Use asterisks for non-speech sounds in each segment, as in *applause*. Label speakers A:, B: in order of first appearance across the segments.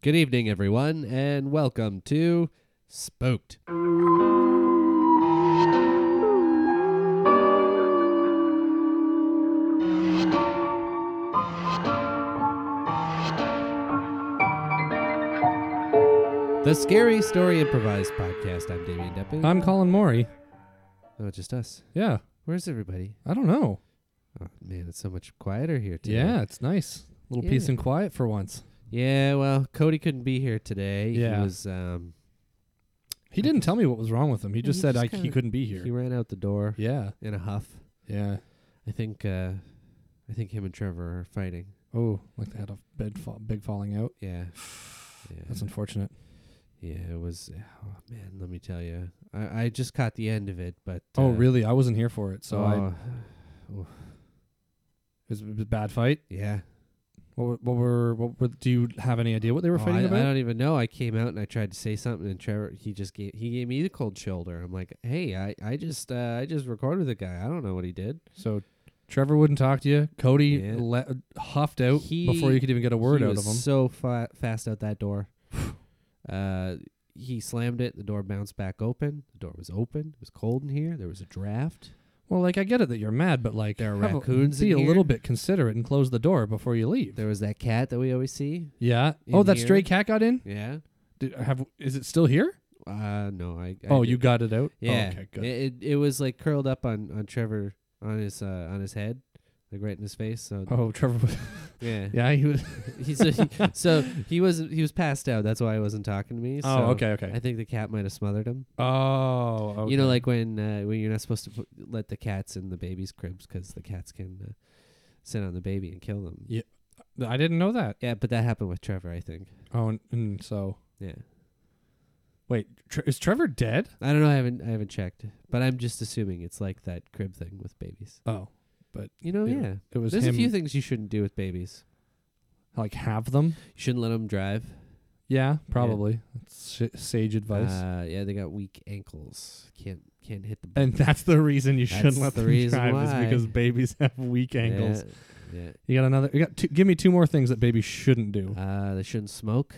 A: Good evening, everyone, and welcome to Spooked. The Scary Story Improvised podcast. I'm Damien Deppin.
B: I'm Colin Mori.
A: oh, it's just us.
B: Yeah,
A: Where's everybody?
B: I don't know.
A: Oh, man, it's so much quieter here today.
B: Yeah, it's nice. little peace
A: Yeah.
B: and quiet for once.
A: Yeah, well, Cody couldn't be here today. He
B: Yeah.
A: was, um,
B: He didn't tell me what was wrong with him. He just
A: He
B: said
A: just
B: I, he
A: kinda-
B: couldn't be here.
A: he ran out the door
B: yeah,
A: in a huff.
B: yeah.
A: I think uh I think him and Trevor are fighting.
B: Oh, like they had a bed fall, big falling out.
A: Yeah. *sighs* Yeah.
B: That's unfortunate.
A: yeah, it was oh man, let me tell you. I, I just caught the end of it, but
B: oh,
A: uh,
B: really? I wasn't here for it, so I it
A: oh,
B: was, it was a bad fight.
A: yeah.
B: What, were- what were? What were? Do you have any idea what they were
A: Oh,
B: fighting
A: I, I
B: about?
A: don't even know. I came out and I tried to say something and Trevor he just gave he gave me the cold shoulder. I'm like, "Hey, I I just uh, I just recorded the guy. I don't know what he did."
B: so, Trevor wouldn't talk to you. Cody
A: Yeah.
B: le- huffed out
A: He-
B: before you could even get a word
A: he
B: out
A: was
B: of him.
A: So fa- fast out that
B: *sighs*
A: door. uh, he slammed it. The door bounced back open. The door was open. It was cold in here. There was a draft.
B: Well, like I get it that you're mad, but like
A: There are
B: have a-
A: raccoons
B: Be
A: in
B: a
A: here.
B: little bit considerate and close the door before you leave.
A: There was that cat that we always see.
B: Yeah.
A: in
B: Oh, that
A: here.
B: stray cat got in.
A: Yeah.
B: Did, have is it still here?
A: Uh, no, I. I
B: oh,
A: did-
B: you got it out.
A: Yeah.
B: Oh, okay. Good.
A: It, it it was like curled up on on Trevor on his uh on his head, like right in his face. So
B: oh, *laughs* Trevor. Was,
A: yeah.
B: yeah, he was.
A: *laughs* he, so he so he was he was passed out. That's why he wasn't talking to me. so
B: oh, okay, okay.
A: I think the cat might have smothered him.
B: oh, okay.
A: You know, like when uh, when you're not supposed to put, let the cats in the babies' cribs 'cause the cats can uh, sit on the baby and kill them.
B: Yeah. I didn't know that.
A: Yeah, but that happened with Trevor, I think.
B: Oh, and, and so
A: Yeah,
B: wait, tre- is Trevor dead?
A: I don't know. I haven't I haven't checked, but I'm just assuming it's like that crib thing with babies.
B: Oh,
A: You know, yeah.
B: Yeah. it was
A: There's
B: him.
A: a few things you shouldn't do with babies.
B: like have them.
A: You shouldn't let them drive.
B: Yeah, probably. That's sh- sage advice.
A: Uh, yeah, they got weak ankles. Can't can't hit the.
B: and that's the reason you
A: That's
B: shouldn't let
A: the
B: them
A: reason
B: drive
A: why.
B: is because babies have
A: *laughs*
B: weak
A: Yeah,
B: ankles.
A: Yeah.
B: You got another. You got two, give me two more things that babies shouldn't do.
A: Uh, they shouldn't smoke.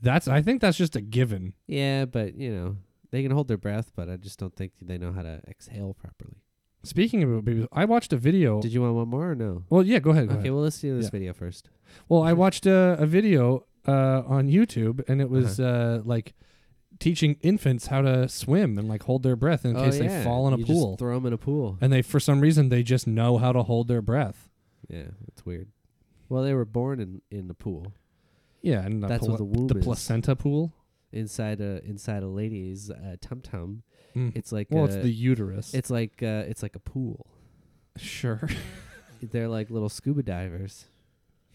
B: That's. I think that's just a given.
A: Yeah, but you know they can hold their breath, but I just don't think they know how to exhale properly.
B: Speaking about babies, I watched a video.
A: Did you want one more or no?
B: well, yeah, go ahead. Go
A: Okay,
B: ahead.
A: well let's do this
B: Yeah.
A: video first.
B: Well, I watched a, a video uh, on YouTube, and it was
A: Uh-huh.
B: uh like teaching infants how to swim and like hold their breath in
A: Oh,
B: case
A: yeah,
B: they fall in a
A: you just
B: pool.
A: throw them in a pool.
B: and they, for some reason, they just know how to hold their breath.
A: Yeah, it's weird. Well, they were born in in the pool
B: Yeah, and the
A: That's what the womb
B: the
A: is.
B: placenta pool.
A: inside a inside a lady's uh, tum tum.
B: Mm.
A: It's like
B: well,
A: a,
B: it's the uterus.
A: it's like uh, it's like a pool.
B: sure. *laughs*
A: They're like little scuba divers.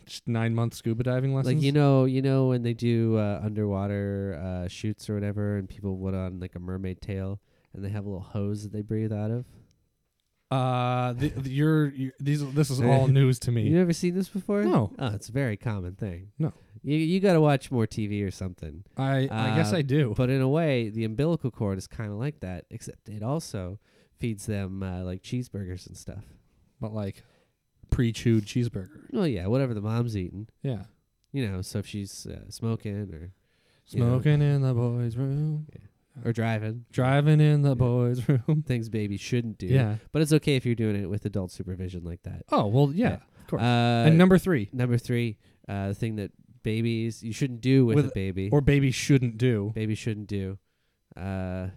B: just nine month scuba diving lessons.
A: Like you know, you know when they do uh, underwater uh, shoots or whatever, and people put on like a mermaid tail, and they have a little hose that they breathe out of.
B: uh, the, the, you're, you these.
A: *laughs*
B: This is all news to
A: You
B: me.
A: never seen this before?
B: No.
A: Oh, it's a very common thing.
B: No.
A: You you got to watch more TV or something.
B: I, I guess
A: Uh,
B: I do.
A: But in a way, the umbilical cord is kind of like that, except it also feeds them uh, like cheeseburgers and stuff.
B: but like pre-chewed cheeseburger.
A: Well, yeah, whatever the mom's eating,
B: Yeah.
A: you know. So if she's uh, smoking or you know,
B: Smoking in the boys' room,
A: or driving,
B: driving in the
A: Yeah.
B: boys' *laughs* room.
A: things babies shouldn't do.
B: Yeah.
A: But it's okay if you're doing it with adult supervision like that.
B: Oh well, yeah,
A: Yeah.
B: of course.
A: Uh,
B: and number three,
A: number three, uh, the thing that babies you shouldn't do with, a
B: With-
A: baby
B: or babies shouldn't do
A: babies shouldn't do, uh,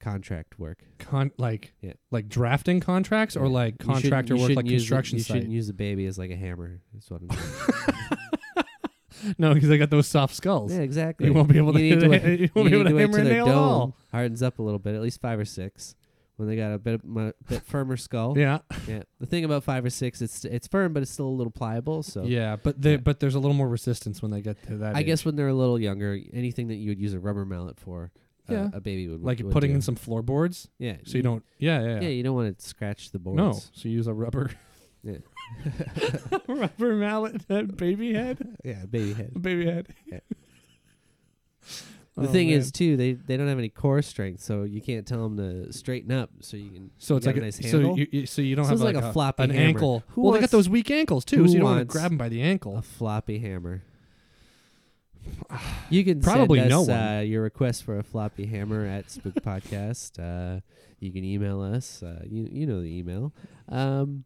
A: contract work.
B: con- like
A: Yeah.
B: like drafting contracts or
A: Yeah.
B: like
A: You shouldn't-
B: contractor
A: you
B: work,
A: shouldn't
B: like
A: use the-
B: construction
A: You shouldn't
B: site.
A: use a baby as like a hammer. That's what I'm saying.
B: *laughs* No, because they got those soft skulls.
A: yeah, exactly.
B: *laughs* You won't be able to.
A: You need to wait-
B: you won't be
A: you
B: able
A: need
B: to
A: wait
B: hammer
A: till
B: a
A: their
B: nail at all.
A: hardens up a little bit, at least five or six. When they got a bit of mu-
B: *laughs*
A: bit firmer skull,
B: Yeah,
A: Yeah. The thing about five or six, it's it's firm, but it's still a little pliable. So
B: yeah, but they,
A: Yeah.
B: but there's a little more resistance when they get to that.
A: I
B: age.
A: guess when they're a little younger, anything that you would use a rubber mallet for, uh,
B: Yeah.
A: a baby would
B: like
A: would
B: putting
A: do.
B: in some floorboards,
A: yeah.
B: so you don't. Yeah, yeah,
A: Yeah.
B: yeah.
A: you don't want to scratch the boards.
B: no, so you use a rubber. *laughs*
A: Yeah.
B: rubber mallet *laughs* head, baby head, *laughs*
A: yeah, baby head.
B: baby head. *laughs*
A: Yeah. *laughs*
B: Oh,
A: The thing
B: man.
A: is, too, they they don't have any core strength, so you can't tell them to straighten up. So you can.
B: So it's
A: got
B: like
A: a
B: a-
A: nice
B: so
A: handle?
B: you, you so you don't
A: Sounds
B: have like,
A: like a floppy
B: an
A: hammer.
B: ankle.
A: Who
B: well, they
A: wants-
B: got those weak ankles too,
A: who
B: so you don't want
A: wants
B: to grab them by the
A: A
B: ankle.
A: floppy hammer. You can
B: Probably
A: send
B: no
A: us
B: one.
A: uh, your request for a floppy hammer at
B: *laughs*
A: Spook Podcast. Uh, you can email us. Uh, you you know the email. Um,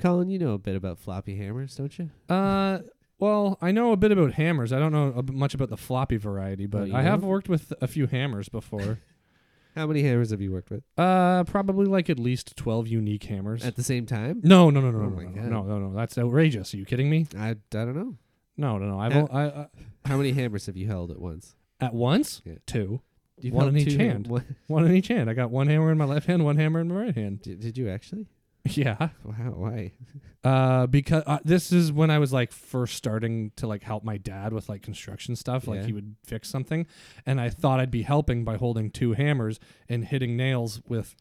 A: Colin, you know a bit about floppy hammers, don't you?
B: *sighs* Uh, well, I know a bit about hammers. I don't know ab- much about the floppy variety, but
A: Oh, you
B: I have
A: don't?
B: worked with a few hammers before.
A: *laughs* How many hammers have you worked with
B: uh, probably like at least twelve unique hammers.
A: at the same time?
B: no, no, no, no,
A: Oh
B: no,
A: my
B: no,
A: God.
B: no, no, no. That's outrageous. Are you kidding me?
A: I I don't know.
B: No, no, no. I've
A: Uh,
B: o- I, I-
A: How many hammers have you held at once?
B: at once
A: Yeah.
B: two,
A: You've
B: One
A: held
B: in each
A: two
B: hand.
A: one-
B: one in each hand. I got one hammer in my left hand, one hammer in my right hand. *laughs*
A: Did, did you actually?
B: Yeah.
A: Wow. Why?
B: Uh, because uh, this is when I was like first starting to like help my dad with like construction stuff. Like
A: Yeah.
B: he would fix something, and I thought I'd be helping by holding two hammers and hitting nails with,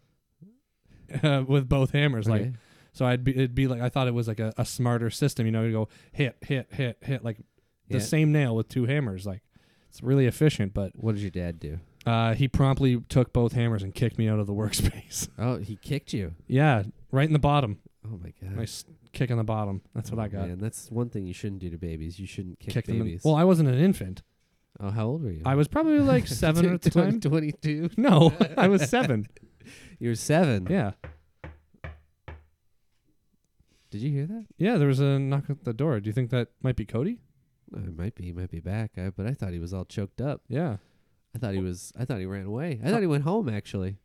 B: *laughs* uh, with both hammers. Like
A: Okay.
B: so, I'd be it'd be like I thought it was like a, a smarter system. You know, you go hit, hit, hit, hit, like
A: Yeah.
B: the same nail with two hammers. Like it's really efficient. But
A: What did your dad do?
B: uh, he promptly took both hammers and kicked me out of the *laughs* workspace.
A: Oh, he kicked you.
B: yeah, right in the bottom.
A: Oh my god.
B: Nice kick in the bottom. That's what
A: Oh,
B: I got.
A: Man, that's one thing you shouldn't do to babies. You shouldn't kick,
B: kick them. In.
A: babies.
B: Well, I wasn't an infant.
A: oh, how old were you? *laughs*
B: I was probably like seven at the time.
A: Twenty-two. *laughs*
B: No, I was seven.
A: You're seven.
B: Yeah,
A: Did you hear that?
B: yeah. There was a knock at the door. Do you think that might be Cody?
A: Oh, it might be. He might be back. I, but I thought he was all choked up.
B: Yeah.
A: I thought he was. I thought he ran away. I thought he went home. Actually.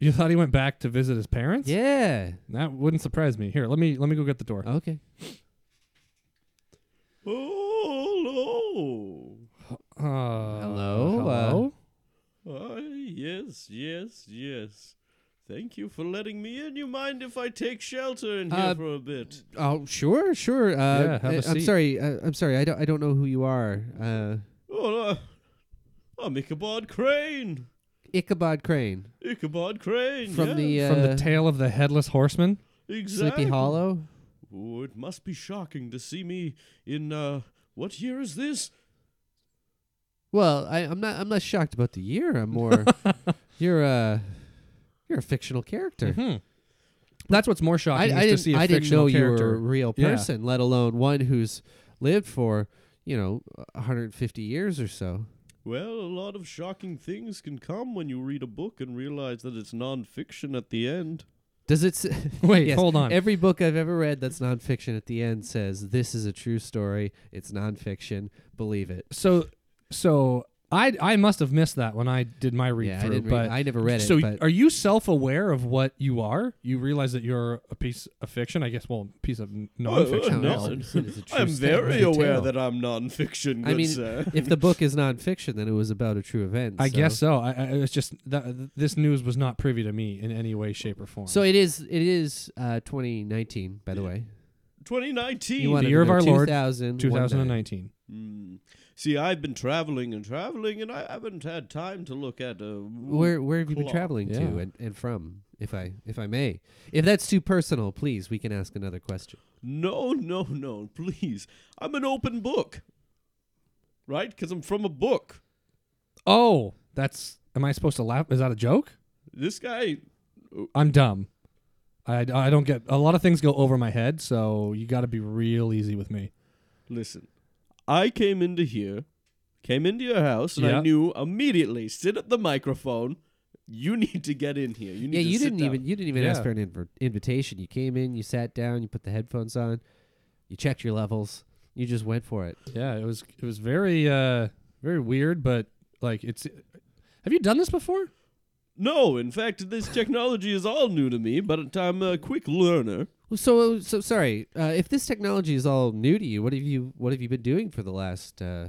B: You thought he went back to visit his parents?
A: Yeah. Oh.
B: That wouldn't surprise me. Here, let me let me go get the door.
A: Okay.
C: Hello.
B: Uh, hello.
A: Hello, uh,
C: Ah, yes, yes, yes. Thank you for letting me in. You mind if I take shelter in here
A: Uh,
C: for a bit?
A: Oh, sure, sure. Uh,
B: Yeah, have a
A: I- I'm
B: seat.
A: sorry. Uh, I'm sorry. I don't. I don't know who you are. Uh,
C: Oh, uh, I'm Ichabod Crane.
A: Ichabod Crane
C: Ichabod Crane.
A: from the
C: yes,
A: uh,
B: From the tale of the headless horseman.
C: exactly.
A: Sleepy Hollow.
C: Oh, it must be shocking to see me in uh, what year is this?
A: Well, I, I'm not. I'm not shocked about the year. I'm
B: *laughs*
A: more. you're a. You're a fictional character.
B: Mhm. That's what's more
A: I,
B: shocking
A: I
B: is to
A: didn't.
B: see a
A: I didn't
B: fictional
A: know you
B: character.
A: were a real
B: Yeah.
A: person, let alone one who's lived for you know 150 years or so.
C: Well, a lot of shocking things can come when you read a book and realize that it's nonfiction at the end.
A: Does it? s- *laughs*
B: Wait,
A: Yes,
B: hold on.
A: Every book I've ever read that's nonfiction at the end says this is a true story. It's nonfiction. Believe it.
B: so, so I I must have missed that when I did my read
A: yeah,
B: through.
A: I didn't.
B: but
A: Read, I never read it.
B: so
A: but
B: are you self-aware of what you are you realize that you're a piece of fiction i guess well piece of n-
C: uh,
B: non-fiction
C: no.
B: also.
A: it's- it's a true
C: I'm
A: story.
C: very
A: It's a
C: aware
A: tale.
C: that I'm nonfiction.
A: I
C: good
A: mean,
C: sir.
A: *laughs* if the book is nonfiction, then it was about a true event.
B: i
A: so-
B: guess so i, I it's just that this news was not privy to me in any way shape or form
A: So it is. It is uh, 2019, by the way.
C: 2019.
A: You wanted
B: year
A: to
B: of
A: know
B: our Lord,
A: 2000, one
B: 2019
C: Hmm. See, I've been traveling and traveling, and I haven't had time to look at. Uh,
A: night. Where Where have you been
C: Claw.
A: traveling to
B: Yeah.
A: and, and from? If I If I may, if that's too personal, please we can ask another question.
C: No, no, no. Please, I'm an open book. Right? Because I'm from a book.
B: oh that's am i supposed to laugh is that a joke
C: This guy.
B: i'm dumb I, I don't get a lot of things go over my head so you got to be real easy with me
C: Listen, I came into here, came into your house, and I
B: Yeah.
C: knew immediately. Sit at the microphone. You need to get in here. You need
A: yeah,
C: to
A: you
C: sit
A: didn't
C: down.
A: even you didn't even ask
B: Yeah.
A: for an inv- invitation. You came in, you sat down, you put the headphones on, you checked your levels, you just went for it.
B: yeah it was it was very uh very weird but like it's have you done this before
C: No, in fact, this technology is all new to me, but I'm a quick learner.
A: Well, So so sorry. Uh, if this technology is all new to you, what have you what have you been doing for the last uh,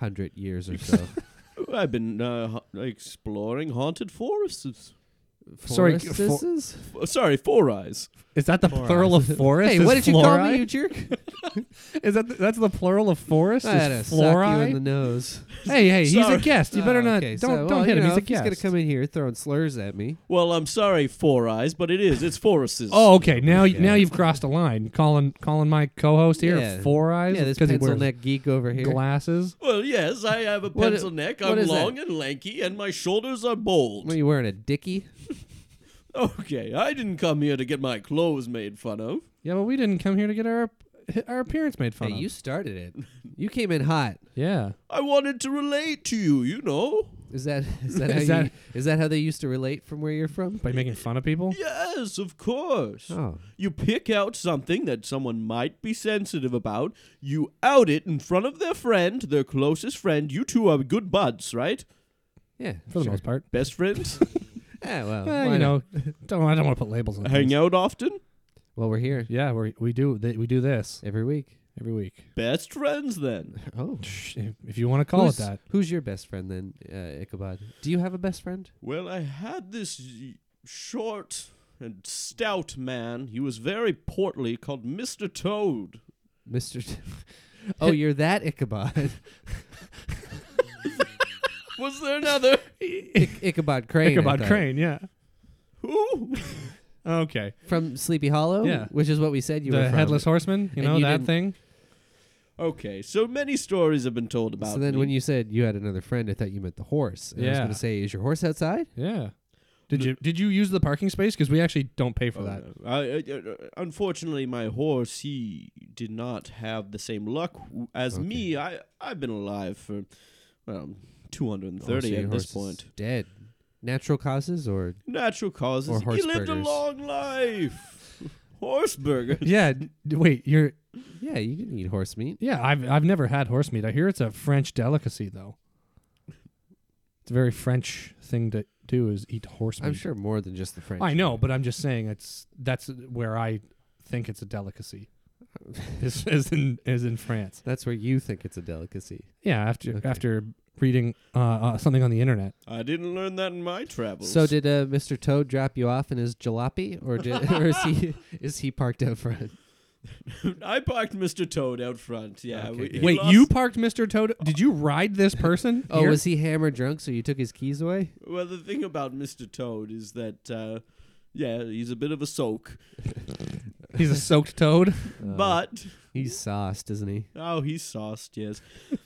A: hundred years or
B: *laughs*
A: so?
C: I've been uh, ha- exploring haunted forests.
B: Sorry,
A: Forestesses?
C: F- Uh, sorry, four eyes.
B: Is that the plural
A: *laughs*
B: of forest?
A: Hey,
B: Is
A: what did you call
B: flori?
A: me, you jerk?
B: Is that the, that's the plural of forest?
A: I had to
B: Is
A: sock you
B: flori?
A: in the nose.
B: hey, hey, he's a
C: Sorry.
B: guest. You
A: *laughs*
B: better
A: Oh,
B: not.
A: okay,
B: Don't
A: so,
B: don't
A: well,
B: hit
A: you know,
B: him. he's a
A: if He's
B: guest.
A: gonna come in here throwing slurs at me.
C: Well, I'm sorry, four eyes, but it is. It's forests.
B: oh, okay. Now you
A: Yeah.
B: now you've crossed a line. Calling calling my co-host here
A: Yeah.
B: four eyes.
A: Yeah, this
B: because he
A: pencil
B: wears
A: neck geek over here.
B: glasses.
C: Well, yes, I have a
A: What-
C: pencil neck.
A: what
C: I'm
A: is that?
C: long and lanky, and my shoulders are bold.
A: what are you wearing? A dickie?
C: Okay, I didn't come here to get my clothes made fun of.
B: Yeah, but we didn't come here to get our hi- our appearance made fun
A: Hey,
B: of.
A: you started it. You came in hot.
B: yeah.
C: I wanted to relate to you, you know.
A: Is that *laughs* is that how
B: Is
A: you,
B: that-
A: is that how they used to relate from where you're from?
B: By making fun of people?
C: Yes, of course.
A: Oh,
C: You pick out something that someone might be sensitive about, you out it in front of their friend, their closest friend. You two are good buds, right?
A: yeah,
B: For the most part.
A: *laughs*
C: Best friends?
A: Yeah, well,
B: Eh,
A: why
B: you
A: not?
B: know, *laughs* don't I don't want to put labels on
C: Hang
B: things.
C: out often?
A: Well, we're here
B: Yeah, we we do th- we do this
A: every week.
B: every week.
C: Best friends then.
A: Oh,
B: If you want to call
A: who's,
B: it *laughs* that.
A: Who's your best friend then, uh, Ichabod? Do you have a best friend?
C: Well, I had this y- short and stout man. He was very portly, called Mr. Toad.
A: Mr.
B: *laughs*
A: T- oh, you're that Ichabod.
C: Was there another?
A: Ich- Ichabod Crane. I
B: Ichabod
A: thought.
B: Crane, yeah.
C: *laughs* Who?
B: Okay.
A: From Sleepy Hollow?
B: Yeah.
A: Which is what we said you
B: the
A: were from.
B: headless horseman, you
A: And
B: know
A: you
B: that
A: didn't-
B: thing?
C: Okay, so many stories have been told about
A: So then
C: me.
A: when you said you had another friend, I thought you meant the horse. And I was
B: Yeah.
A: going to say, is your horse outside?
B: Yeah. Did
C: The-
B: you did you use the parking space cuz we actually don't pay for
C: Oh,
B: that.
C: no. I, I- I- unfortunately, my horse he did not have the same luck w- as
A: Okay.
C: me. I I've been alive for well, two hundred and
A: Oh,
C: thirty
A: so your
C: at this
A: horse is
C: point.
A: Dead. Natural causes or
C: Natural causes.
A: Or
C: he
A: horse
C: lived
A: burgers.
C: a long life. *laughs* horse burger.
B: *laughs* Yeah, d- wait, you're
A: yeah, you can eat horse meat.
B: Yeah, I've I've never had horse meat. I hear it's a French delicacy though. It's a very French thing to do is eat horse meat.
A: I'm sure more than just the French.
B: I know, but I'm just saying it's that's where I think it's
A: *laughs*
B: a delicacy. is, is in is in France.
A: That's where you think it's a delicacy.
B: Yeah, after
A: Okay.
B: after reading uh, uh, something on the internet.
C: I didn't learn that in my travels.
A: So did uh, Mr. Toad drop you off in his jalopy, or *laughs* did, or is he is he parked out front?
C: I parked Mr. Toad out front. Yeah.
A: Okay,
C: we-
A: good.
C: he
B: Wait,
C: lost-
B: you parked Mr. Toad? Did you
A: *laughs*
B: ride this person?
A: Oh,
B: here?
A: was he hammer drunk? So you took his keys away?
C: Well, the thing about Mr. Toad is that. Uh, yeah, he's a bit of a soak,
B: he's a soaked toad?
A: Uh,
C: but
A: he's sauced, isn't he?
C: Oh, he's sauced, yes. *laughs*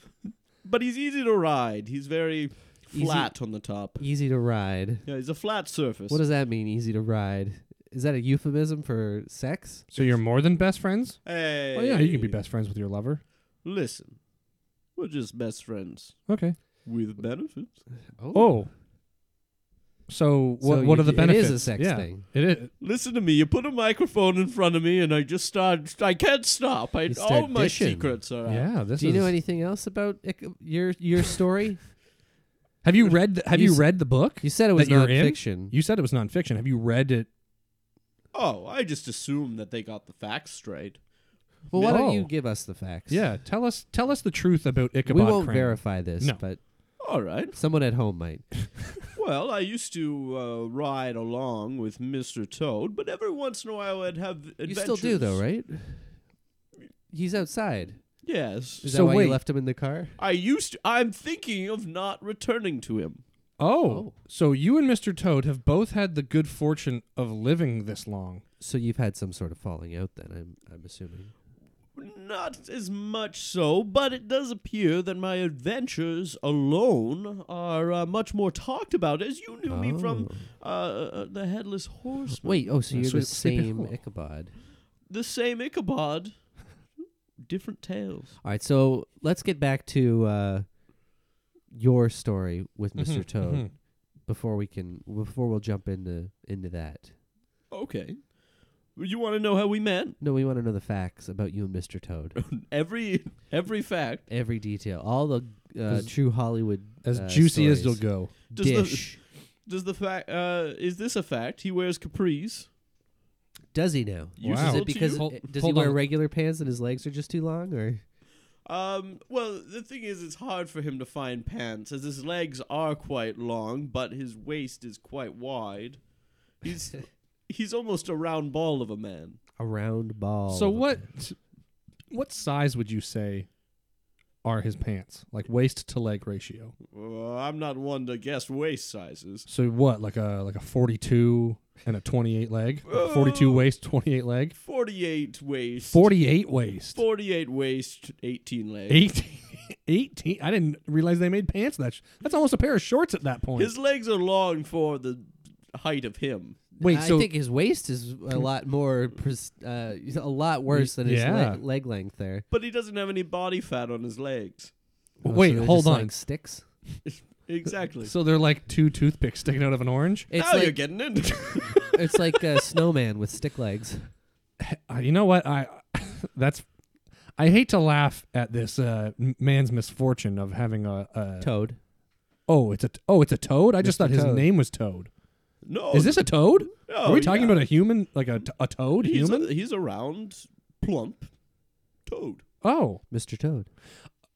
C: but he's easy to ride. He's very
A: Easy-
C: flat on the top.
A: Easy to ride.
C: Yeah, he's a flat surface.
A: What does that mean? Easy to ride. Is that a euphemism for sex?
B: So you're more than best friends?
C: hey.
B: Oh yeah, you can be best friends with your lover.
C: Listen, we're just best friends
B: Okay.
C: with benefits.
B: Oh. So
A: So
B: what what
A: you-
B: are the benefits?
A: It is a sex
B: Yeah.
A: thing.
B: It is.
C: Listen to me. You put a microphone in front of me, and I just start. I can't stop. I
A: You start
C: all my
A: dishing.
C: secrets are out.
B: Yeah, this
A: Do you
B: is
A: know anything else about Ic- your your *laughs* story?
B: Have you read the, have
A: You
B: you,
A: s-
B: read the book?
A: you said it was
B: That you're in?
A: nonfiction.
B: You said it was nonfiction. Have you read it?
C: Oh, I just assume that they got the facts straight.
A: Well, why don't you
B: No.
A: give us the facts?
B: Oh. Yeah, tell us tell us the truth about Ichabod
A: we won't
B: Crane.
A: verify this,
B: No.
A: but
C: All right.
A: someone at home might.
C: Well, I used to uh, ride along with Mr. Toad, but every once in a while I'd have adventures.
A: You still do though, right? He's outside.
C: Yes.
A: Is
B: So
A: that why
B: wait.
A: you left him in the car?
C: I used to, I'm thinking of not returning to him.
B: Oh,
A: Oh.
B: so you and Mr. Toad have both had the good fortune of living this long.
A: So you've had some sort of falling out then, I'm I'm assuming.
C: Not as much so, but it does appear that my adventures alone are uh, much more talked about, as you knew me from
A: Oh.
C: uh, uh, the Headless Horseman.
A: Wait, oh so
B: Yeah,
A: you're
B: so
A: the
B: it's Sleepy
A: same
B: Hollow.
A: Ichabod.
C: The same Ichabod, different tales.
A: All right, so let's get back to uh, your story
C: Mm-hmm,
A: with mister
B: Mhm,
A: Toad
B: mhm.
A: before we can before we'll jump into into that.
C: Okay. You want to know how we met?
A: No, we want to know the facts about you and Mr.
C: *laughs*
A: Toad.
C: Every every fact.
A: Every detail, all the uh,
B: As-
A: true Hollywood
B: As
A: uh,
B: juicy as they'll
A: stories.
B: go.
C: Does the-
A: Dish.
C: Does the fact uh, is this a fact? He wears capris.
A: Does he now?
C: You
B: Wow.
A: Is
C: sold
A: it
C: to
A: because
C: you?
B: Hold-
A: it- does he
B: hold
A: wear
B: on.
A: regular pants and his legs are just too long, or
C: Um, well, the thing is, it's hard for him to find pants as his legs are quite long, but his waist is quite wide.
A: *laughs*
C: He's he's almost a round ball of a man.
A: a round ball?
B: so
A: of a-
B: what what size would you say are his pants? Like waist to leg ratio.
C: Uh, I'm not one to guess waist sizes.
B: So what? Like a like a 42 and a 28 leg? 42
A: Uh.
C: Oh.
B: waist, 28 leg?
C: 48 waist.
B: 48 waist.
C: 48 waist, 18 legs.
B: 18 18 I didn't realize they made pants that sh- That's almost a pair of shorts at that point.
C: His legs are long for the height of him.
B: Wait,
A: I
B: so
A: think his waist is a lot more, pres- uh, a lot worse than his
B: yeah.
A: leg, leg length there.
C: But he doesn't have any body fat on his legs.
A: Oh, so
B: wait,
A: they're
B: hold
A: just,
B: on.
A: like, sticks.
B: *laughs*
C: Exactly.
B: so they're like two toothpicks sticking out of an orange.
A: It's
C: now you're
A: like
C: getting into *laughs* it.
A: it's like a snowman with stick legs.
B: Uh, you know what? I *laughs* that's I hate to laugh at this uh, m- man's misfortune of having a, a
A: Toad.
B: oh it's a oh it's a toad. I just
A: Mr.
B: thought his
A: Toad.
B: name was Toad.
C: No.
B: Is this a toad?
C: no,
B: Are we talking
C: Oh, yeah.
B: about a human like a, t- a toad
C: he's
B: human?
C: A, he's a round, plump toad.
B: oh
A: Mr. Toad.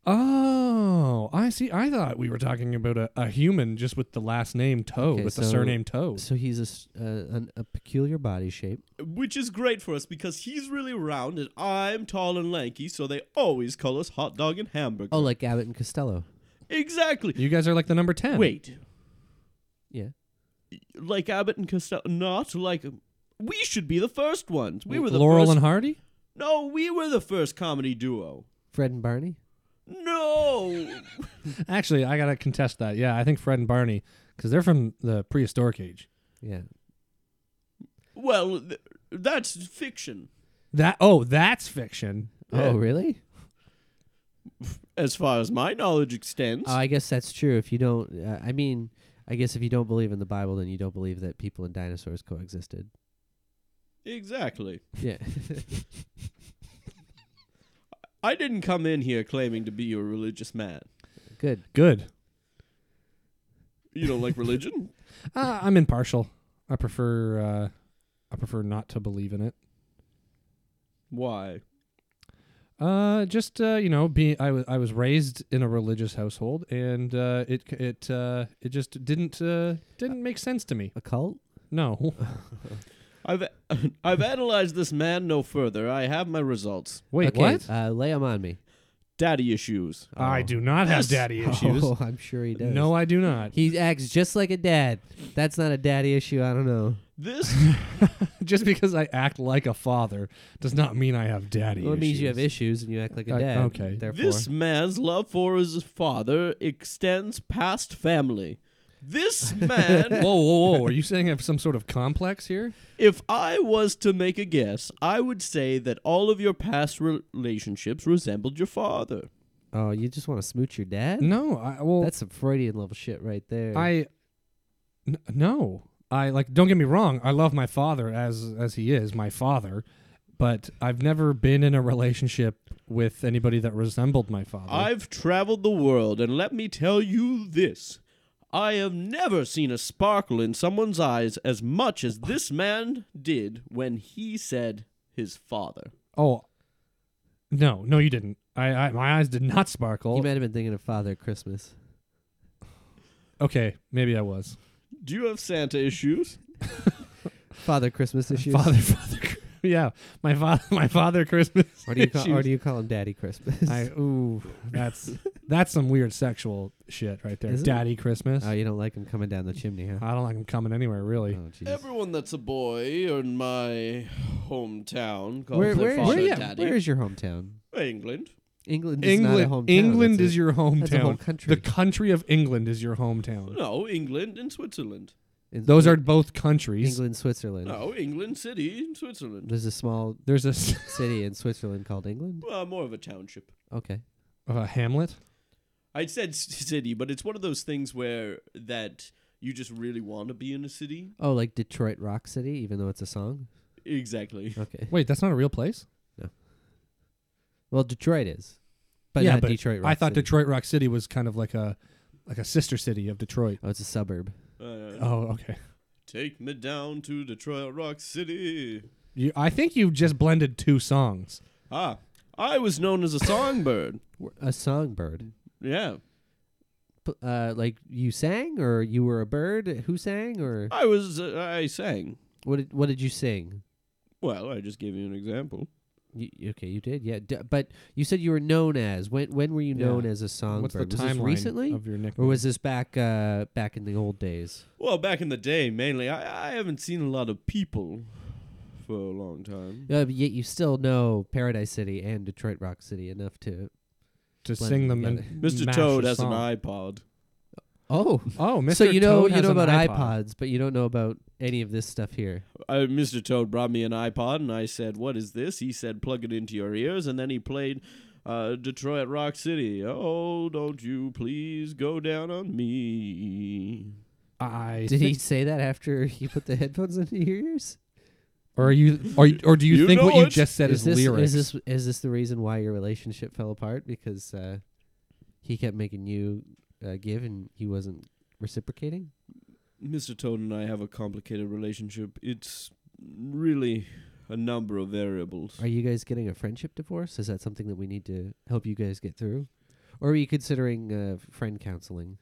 B: oh I see. I thought we were talking about a, a human just with the last name Toad
A: Okay,
B: with the
A: so-
B: surname Toad.
A: So he's a, s- uh, an, a peculiar body shape.
C: Which is great for us because he's really round and I'm tall and lanky, so they always call us hot dog and hamburger.
A: Oh, like Abbott and Costello.
C: exactly.
B: You guys are like the number ten.
C: Wait,
A: Yeah.
C: like Abbott and Costello, not like we should be the first ones. We were the
B: Laurel
C: first.
B: and Hardy.
C: no, we were the first comedy duo.
A: Fred and Barney.
B: *laughs*
C: No,
B: Actually, I gotta contest that. Yeah, I think Fred and Barney because they're from the prehistoric age.
A: Yeah.
C: well, th- that's fiction
B: That oh, that's fiction.
A: Oh, really?
C: as far as my knowledge extends.
A: Oh, I guess that's true. If you don't, uh, I mean, I guess if you don't believe in the Bible, then you don't believe that people and dinosaurs coexisted.
C: exactly.
A: Yeah.
C: I didn't come in here claiming to be a religious man.
A: *laughs* Good.
B: Good.
C: You don't
A: *laughs*
C: like religion?
B: Uh, I'm impartial. I prefer uh, I prefer not to believe in it.
C: Why?
B: Uh, just uh, you know, being I was I was raised in a religious household, and uh, it c- it uh, it just didn't uh, didn't make sense to me.
A: A cult?
B: No, *laughs*
C: I've *laughs* I've analyzed this man no further. I have my results.
B: wait,
A: okay,
B: what?
A: Uh, lay 'em on me.
C: Daddy issues.
B: I
A: Oh. *laughs*
B: do not have
C: Yes.
B: daddy issues.
A: Oh, I'm sure he does.
B: no, I do not.
A: He acts just like a dad. That's not a daddy issue. I don't know.
C: This
B: *laughs* just because I act like a father does not mean I have daddy.
A: Well, it
B: issues.
A: means you have issues and you act like a
B: Uh,
A: dad.
B: okay.
A: *laughs* Therefore,
C: This man's love for his father extends past family.
A: *laughs*
C: This man,
B: Whoa, whoa, whoa! Are you saying I have some sort of complex here?
C: if I was to make a guess, I would say that all of your past relationships resembled your father.
A: oh, you just want to smooch your dad?
B: No, I well,
A: That's some Freudian level shit right there.
B: I n- no. I like don't get me wrong, I love my father as as he is, my father, but I've never been in a relationship with anybody that resembled my father.
C: I've traveled the world, and let me tell you this I have never seen a sparkle in someone's eyes as much as this man did when he said his father.
B: oh. No, no you didn't. I, I my eyes did not sparkle.
A: you might have been thinking of Father Christmas.
B: okay, maybe I was.
C: Do you have Santa issues?
A: Father Christmas issues.
B: *laughs* Father father Yeah, my father *laughs* my father Christmas.
A: Or do you call, or
B: issues.
A: do you call him Daddy Christmas?
B: I ooh, that's *laughs* that's some weird sexual shit right there.
A: Is it?
B: Daddy Christmas.
A: oh, you don't like him coming down the chimney, huh?
B: I don't like him coming anywhere really.
A: Oh, jeez.
C: Everyone that's a boy in my hometown calls
A: Where,
C: their
A: where,
C: father
A: where, yeah,
C: daddy.
A: where is your hometown?
C: England?
A: England is not a
B: England,
A: hometown.
B: England
A: that's
B: is
A: a-
B: your hometown.
A: that's a whole country.
B: The country of England is your hometown.
C: No, England and Switzerland.
A: in-
B: Those
A: in-
B: are Oh. both countries.
A: England, Switzerland.
C: No, England city in Switzerland.
A: There's a small
B: There's a, s- *laughs*
A: city in Switzerland called England.
C: Well, more of a township.
A: Okay.
B: uh, Hamlet.
C: I said s- city, but it's one of those things where that you just really want to be in a city.
A: Oh, like Detroit Rock City, even though it's a song.
C: Exactly.
B: Uh,
A: Okay.
B: Wait, that's not a real place.
A: Well, Detroit is, but
B: Yeah,
A: not
B: but
A: Detroit. Rock
B: I thought
A: City.
B: Detroit Rock City was kind of like a like a sister city of Detroit.
A: Oh, it's a suburb.
C: Uh,
B: Oh, okay.
C: take me down to Detroit Rock City.
B: You, I think you just blended two songs.
C: Ah, I was known as a songbird.
A: Wh- A songbird.
C: yeah,
A: P- Uh, like you sang, or you were a bird who sang, or
C: I was. Uh, I sang.
A: what? Did, what did you sing?
C: Well, I just gave you an example.
A: You, okay, you did, yeah. D- but you said you were known as when? When were you
B: Yeah.
A: known as a songbird?
B: What's the
A: was this
B: timeline
A: recently,
B: of your nickname?
A: or was this back uh, back in the old days?
C: Well, back in the day, mainly, I, I haven't seen a lot of people for a long time.
A: Uh, but yet you still know Paradise City and Detroit Rock City enough to
B: to
A: blend
B: sing them
A: them
B: and
A: together.
C: Mr.
B: mash
C: Toad
B: a
C: has an
B: song.
C: iPod.
A: Oh,
B: Oh,
A: *laughs*
B: Mr.
A: so you know
B: Toad
A: you
B: has
A: know
B: an
A: about
B: iPod.
A: iPods, but you don't know about any of this stuff here.
C: Uh, Mr. Toad brought me an iPod, and I said, "What is this?" He said, "Plug it into your ears," and then he played uh, Detroit Rock City. Oh, don't you please go down on me?
B: I
A: Did he
B: think-
A: say that after he put the headphones into your ears?
B: Or are you? Or, you- or do you,
C: You
B: think
C: know
B: what you
C: it.
B: just said is,
A: is this
B: lyrics?
A: is this is this the reason why your relationship fell apart because uh, he kept making you uh, give and he wasn't reciprocating?
C: Mr. Toad and I have a complicated relationship. It's really a number of variables.
A: Are you guys getting a friendship divorce? Is that something that we need to help you guys get through? Or are you considering uh, friend counseling?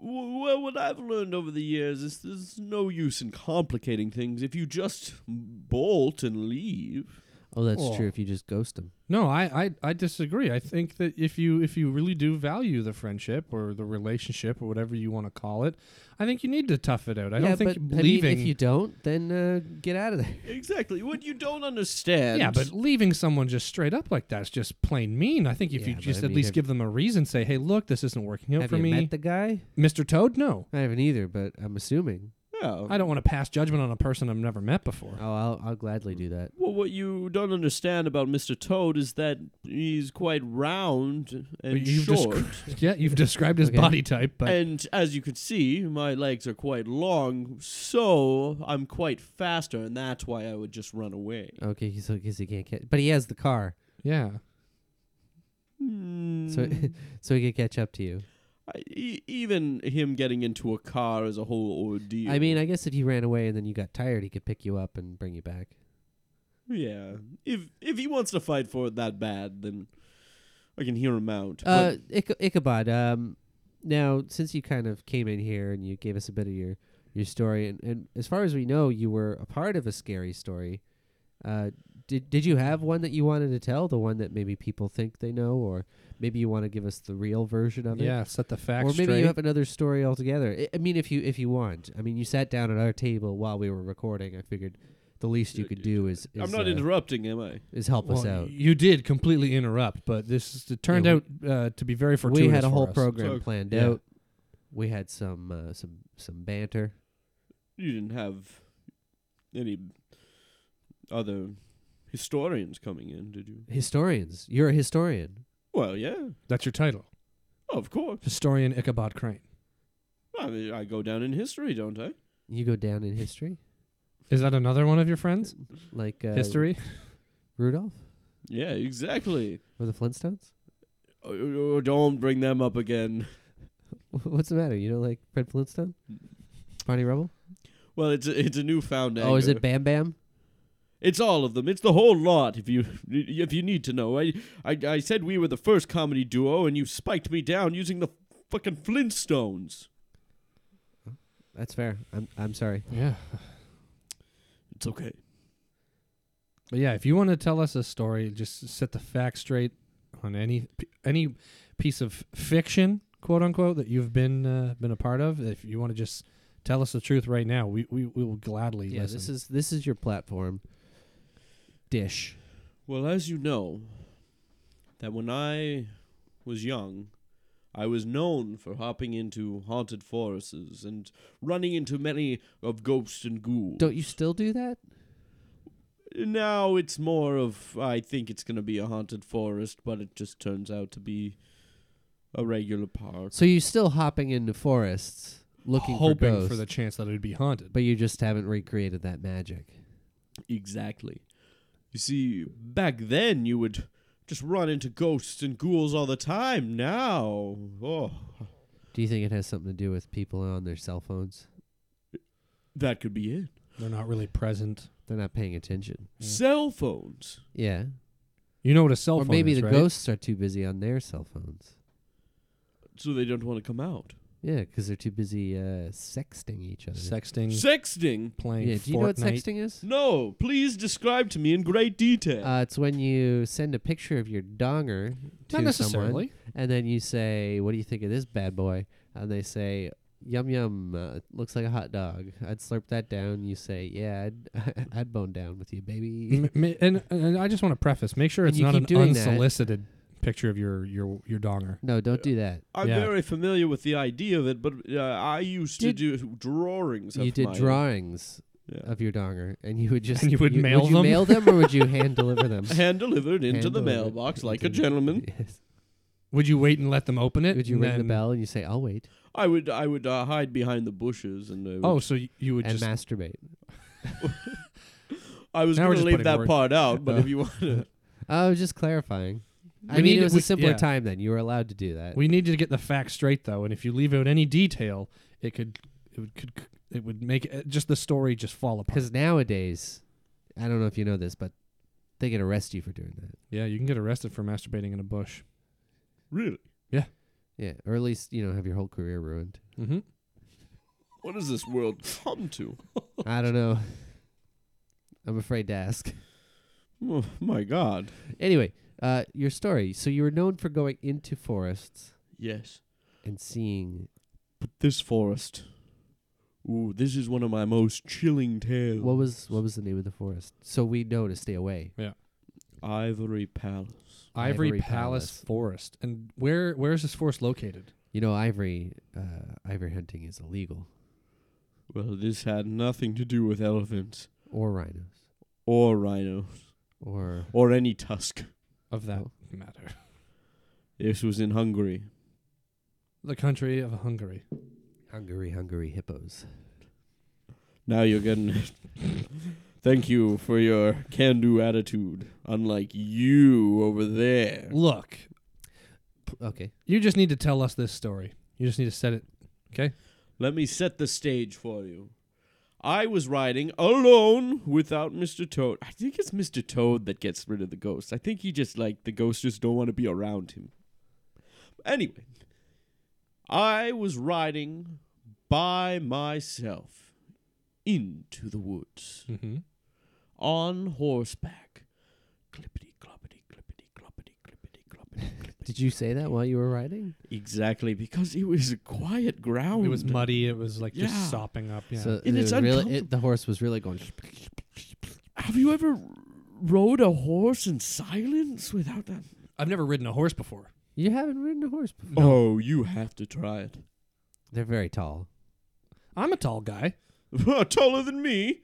C: W- Well, what I've learned over the years is there's no use in complicating things. If you just bolt and leave,
A: Oh, that's true.
B: Oh.
A: If you just ghost him,
B: no, I, I I disagree. I think that if you if you really do value the friendship or the relationship or whatever you want to call it, I think you need to tough it out. I don't think
A: I mean,
B: leaving.
A: if you don't, then uh, get out of there.
C: exactly what you don't understand.
B: yeah, but leaving someone just straight up like that's just plain mean. I think if
A: Yeah,
B: you
A: but
B: just
A: I
B: at
A: mean,
B: least
A: have-
B: give them a reason, say, "Hey, look, this isn't working out
A: Have
B: for
A: you
B: me,
A: met the guy?
B: Mr. Toad." No,
A: I haven't either, but I'm assuming.
C: Yeah.
B: I don't want to pass judgment on a person I've never met
A: *laughs*
B: before. *laughs*
A: Oh, I'll, I'll gladly do that.
C: Well, what you don't understand about Mr. Toad is that he's quite round and
B: You've
C: short.
A: *laughs*
B: descri- yeah, you've described his
A: Okay.
B: body type, but
C: and as you can see, my legs are quite long, so I'm quite faster, and that's why I would just run away.
A: Okay, he's because he can't catch, but he has the car,
B: yeah,
A: so *laughs* so he can catch up to you.
C: Hmm. I, e- even him getting into a car is a whole ordeal.
A: I mean, I guess if he ran away and then you got tired, he could pick you up and bring you back.
C: yeah. If if he wants to fight for it that bad, then I can hear him out.
A: Uh,
C: But
A: Icha- Ichabod. Um, now since you kind of came in here and you gave us a bit of your your story, and, and as far as we know, you were a part of a scary story. Uh, did did you have one that you wanted to tell? The one that maybe people think they know, or maybe you want to give us the real version of it?
B: yeah, set the facts
A: or maybe
B: straight.
A: you have another story altogether. I, I mean, if you if you want, I mean, you sat down at our table while we were recording. I figured the least you
C: Yeah,
A: could
C: yeah,
A: do is is,
C: I'm not
A: uh,
C: interrupting, am I?
A: is help us
B: Well,
A: out.
B: You did completely interrupt, but this it turned
A: Yeah,
B: out uh, to be very fortuitous.
A: We had a whole
B: for us.
A: program
C: So-
A: planned
B: yeah.
A: out. We had some uh, some some banter.
C: You didn't have any other historians coming in, did you?
A: Historians, you're a historian.
C: Well, yeah,
B: That's your title,
C: of course.
B: historian Ichabod Crane.
C: I mean, I go down in history, don't I?
A: You go down in history,
B: Is that another one of your friends?
A: like uh,
B: History?
A: Rudolph
C: Yeah, exactly.
A: or the Flintstones. *laughs*
C: Oh, don't bring them up again.
A: What's the matter? You don't like Fred Flintstone? Barney Rubble?
C: Well, it's a, it's a newfound anger.
A: Oh, is it Bam Bam?
C: It's all of them. It's the whole lot. If you if you need to know, I I, I said we were the first comedy duo, and you spiked me down using the fucking Flintstones.
A: That's fair. I'm I'm sorry.
B: Yeah.
C: It's okay.
B: But yeah, if you want to tell us a story, just set the facts straight on any p- any piece of fiction, quote unquote, that you've been uh, been a part of. If you want to just tell us the truth right now, we we, we will gladly
A: Yeah,
B: listen.
A: this is this is your platform. Dish.
C: Well, as you know, that when I was young, I was known for hopping into haunted forests and running into many of ghosts and ghouls.
A: Don't you still do that?
C: Now it's more of I think it's gonna be a haunted forest, but it just turns out to be a regular park.
A: So you're still hopping into forests looking
B: hoping
A: for ghosts,
B: the chance that it would be haunted.
A: but you just haven't recreated that magic.
C: Exactly. You see, back then you would just run into ghosts and ghouls all the time. Now, oh,
A: Do you think it has something to do with people on their cell phones?
C: that could be it.
B: They're not really present.
A: They're not paying attention.
B: Yeah.
C: Cell phones.
A: Yeah.
B: You know what a cell
A: or
B: phone
A: maybe
B: is,
A: the
B: right?
A: ghosts are too busy on their cell phones.
C: So they don't want to come out.
A: Yeah, because they're too busy uh, sexting each other.
B: sexting,
C: Sexting?
B: playing
A: yeah, do you know what
B: Fortnite.
A: sexting is?
C: No, please describe to me in great detail.
A: Uh, it's when you send a picture of your donger to
B: Not necessarily.
A: someone, and then you say, "What do you think of this bad boy?" And they say, "Yum yum, uh, looks like a hot dog." I'd slurp that down. You say, "Yeah, I'd, *laughs* I'd bone down with you, baby."
B: *laughs* M- m- and, and I just want to preface: make sure
A: And
B: it's
A: you
B: not
A: keep
B: an
A: doing that.
B: unsolicited picture of your your your donger.
A: No, don't do that.
C: I'm
B: Yeah.
C: very familiar with the idea of it, but uh, I used to do drawings.
A: you
C: of
A: did
C: mine.
A: drawings
C: Yeah.
A: of your donger, and you would just
B: And you would mail
A: you
B: them?
A: mail them, or would
B: *laughs*
A: you hand deliver them?
C: *laughs* hand delivered into
A: Hand
C: the
A: delivered
C: mailbox like a
A: into-
C: gentleman.
A: Yes.
B: Would you wait and let them open it?
A: Would you
B: and
A: ring the
B: then-
A: bell and you say, "I'll wait,"
C: I would I would uh, hide behind the bushes and uh, I would-
B: Oh, so y- you would
A: and
B: just
A: masturbate?
C: I was
B: Now we're
C: going to
B: just
C: leave
B: putting
C: that
B: words-
C: part out, but
A: Oh.
C: if you want to,
A: I Oh, was just clarifying. I
B: We
A: mean,
B: need-
A: it was
B: we-
A: a simpler
B: yeah.
A: time then. You were allowed to do that.
B: We need to get the facts straight, though, and if you leave out any detail, it could it would could it would make uh, just the story just fall apart.
A: Because nowadays, I don't know if you know this, but they can arrest you for doing that.
B: Yeah, you can get arrested for masturbating in a bush.
C: *laughs* really,
A: Yeah, or at least you know have your whole career ruined.
B: Mm-hmm.
C: what does this world come to?
A: I don't know. *laughs* I'm afraid to ask. *laughs*
C: Oh my God!
A: Anyway, uh, your story. So you were known for going into forests
C: Yes,
A: and seeing.
C: but this forest. Ooh, this is one of my most chilling tales.
A: What was what was the name of the forest? So we know to stay away.
C: Ivory Palace.
B: Ivory,
A: Ivory
B: Palace,
A: Palace.
B: Forest, and where where is this forest located?
A: You know, ivory uh, ivory hunting is illegal
C: Well, this had nothing to do with elephants
A: or rhinos
C: or rhino
A: or
C: or any tusk.
B: Of that
A: Oh.
B: matter, *laughs*
C: This was in Hungary.
B: the country of Hungary.
A: Hungary Hungary hippos.
C: Now you're getting it. *laughs* Thank you for your can do attitude, unlike you over there.
B: Look,
A: P- Okay.
B: you just need to tell us this story. You just need to set it. Okay.
C: Let me set the stage for you. I was riding alone without Mr. Toad. I think it's Mr. Toad that gets rid of the ghosts. I think he just, like, the ghosts just don't want to be around him. Anyway, I was riding by myself into the woods.
B: Mm-hmm.
C: on horseback. Clippity cloppity clippity cloppity clippity cloppity
B: *laughs*
C: clippity.
A: Did you say that while you were riding?
C: Exactly because it was a quiet ground.
B: It was muddy. It was like
C: Yeah.
B: just sopping up. Oh, Yeah.
A: So
C: And
A: the
C: it's
A: really,
C: uncomfortable.
A: it, the horse was really going.
C: Have you ever rode a horse in silence without that?
B: I've never ridden a horse before.
A: You haven't ridden a horse before.
C: Oh, you have to try it.
A: They're very tall.
B: I'm a tall guy.
C: *laughs* Taller than me,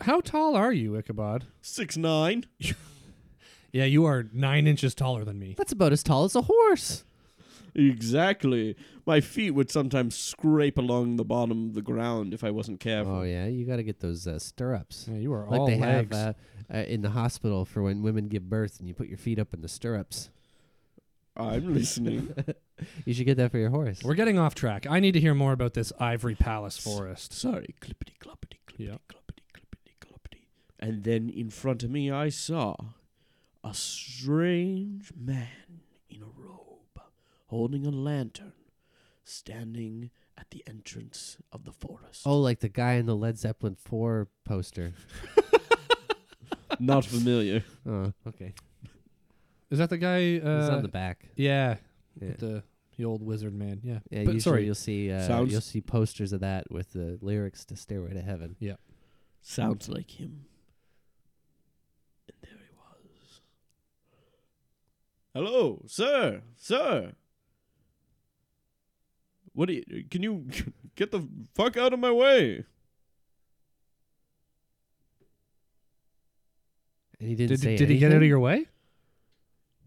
B: How tall are you, Ichabod?
C: six nine.
B: Yeah, you are nine inches taller than me.
A: That's about as tall as a horse.
C: Exactly. My feet would sometimes scrape along the bottom of the ground if I wasn't careful.
A: Oh yeah, you got to get those uh, stirrups.
B: Yeah, you are
A: Like
B: all
A: they
B: legs.
A: have uh, uh, in the hospital for when women give birth, and you put your feet up in the stirrups.
C: I'm listening.
A: *laughs* You should get that for your horse.
B: We're getting off track. I need to hear more about this Ivory Palace forest.
C: Sorry, clippity cloppity clippity
B: Yeah.
C: cloppity clippity cloppity. And then in front of me I saw a strange man in a robe holding a lantern standing at the entrance of the forest.
A: Oh, like the guy in the Led Zeppelin four *laughs* poster.
C: Not familiar.
A: Oh, okay.
B: Is that the guy? Uh,
A: it's on the back.
B: yeah,
A: Yeah.
B: the the old wizard man. Yeah,
A: Yeah,
B: but
A: usually
B: sorry.
A: you'll see uh,
C: Sounds-
A: you'll see posters of that with the lyrics to "Stairway to Heaven."
C: *laughs* Sounds like him. And there he was. Hello, sir, sir. What do you? Can you *laughs* get the fuck out of my way?
A: And he didn't
B: did
A: say
B: did he get out of
A: anything?
B: your way?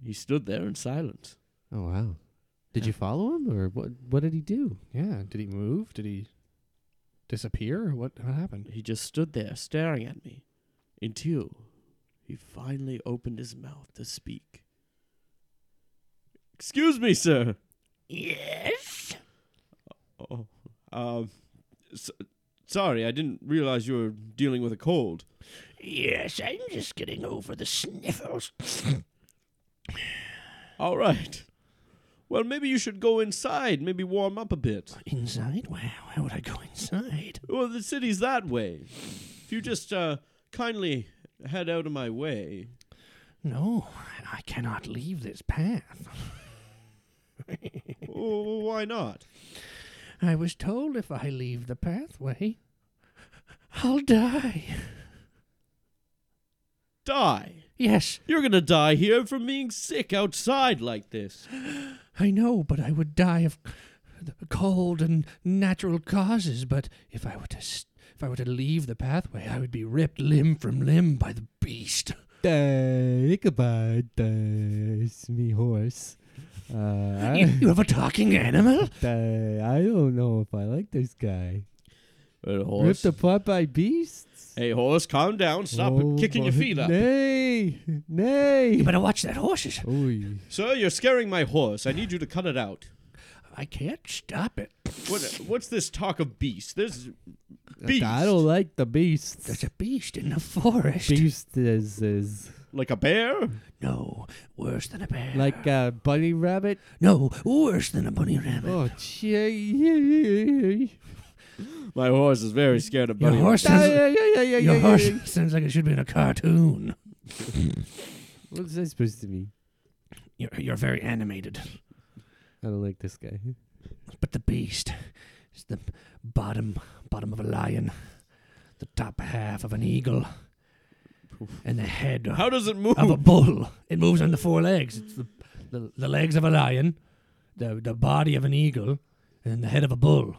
C: He stood there in silence.
A: Oh wow! Did you follow him, or what? What did he do?
B: Yeah, did he move? Did he disappear? What what happened?
C: He just stood there staring at me until he finally opened his mouth to speak. Excuse me, sir. Yes. Oh, um, s sorry, I didn't realize you were dealing with a cold. Yes, I'm just getting over the sniffles. All right. Well, maybe you should go inside. Maybe warm up a bit.
B: Inside? Wow, why would I go inside?
C: Well, the city's that way. If you just uh, kindly head out of my way.
B: No, I cannot leave this path. *laughs*
C: Oh, why not?
B: I was told if I leave the pathway, I'll die.
C: Die.
B: Yes,
C: You're gonna die here from being sick outside like this.
B: I know, but I would die of c- cold and natural causes. But if I were to s if I were to leave the pathway, I would be ripped limb from limb by the beast.
A: Die, goodbye, die, it's me horse. *laughs* Uh,
B: You,
A: I,
B: you have a talking animal?
A: die, I don't know if I like this guy.
C: Hey,
A: Ripped
C: horse,
A: apart by beasts.
C: hey, horse calm down. Stop
A: Oh,
C: kicking your
A: boy.
C: feet up.
A: Nay,
B: You
A: nay.
B: better watch that horses.
A: Oy.
C: Sir, you're scaring my horse. I need you to cut it out.
B: I can't stop it.
C: What, what's this talk of beast? There's beast.
A: I don't like the beasts.
B: There's a beast in the forest.
A: Beast is, is
C: Like a bear?
B: No, worse than a bear.
A: like uh, a bunny
B: *laughs*
A: rabbit.
B: no, worse than a bunny rabbit.
A: Oh,
B: *laughs*
A: gee.
C: My horse is very scared of
B: Your
C: bunny.
B: horse
A: Yeah,
B: sounds,
A: yeah, yeah, yeah, yeah,
B: your
A: yeah,
B: horse
A: yeah.
B: sounds like it should be in a cartoon.
A: What's that supposed to mean?
B: You're, you're very animated.
A: I don't like this
B: *laughs*
A: guy.
B: But the beast is the bottom bottom of a lion, the top half of an eagle, and the head
C: How does it move?
B: of a bull. It moves on the four legs. It's the, the, the legs of a lion, the, the body of an eagle, and the head of a bull.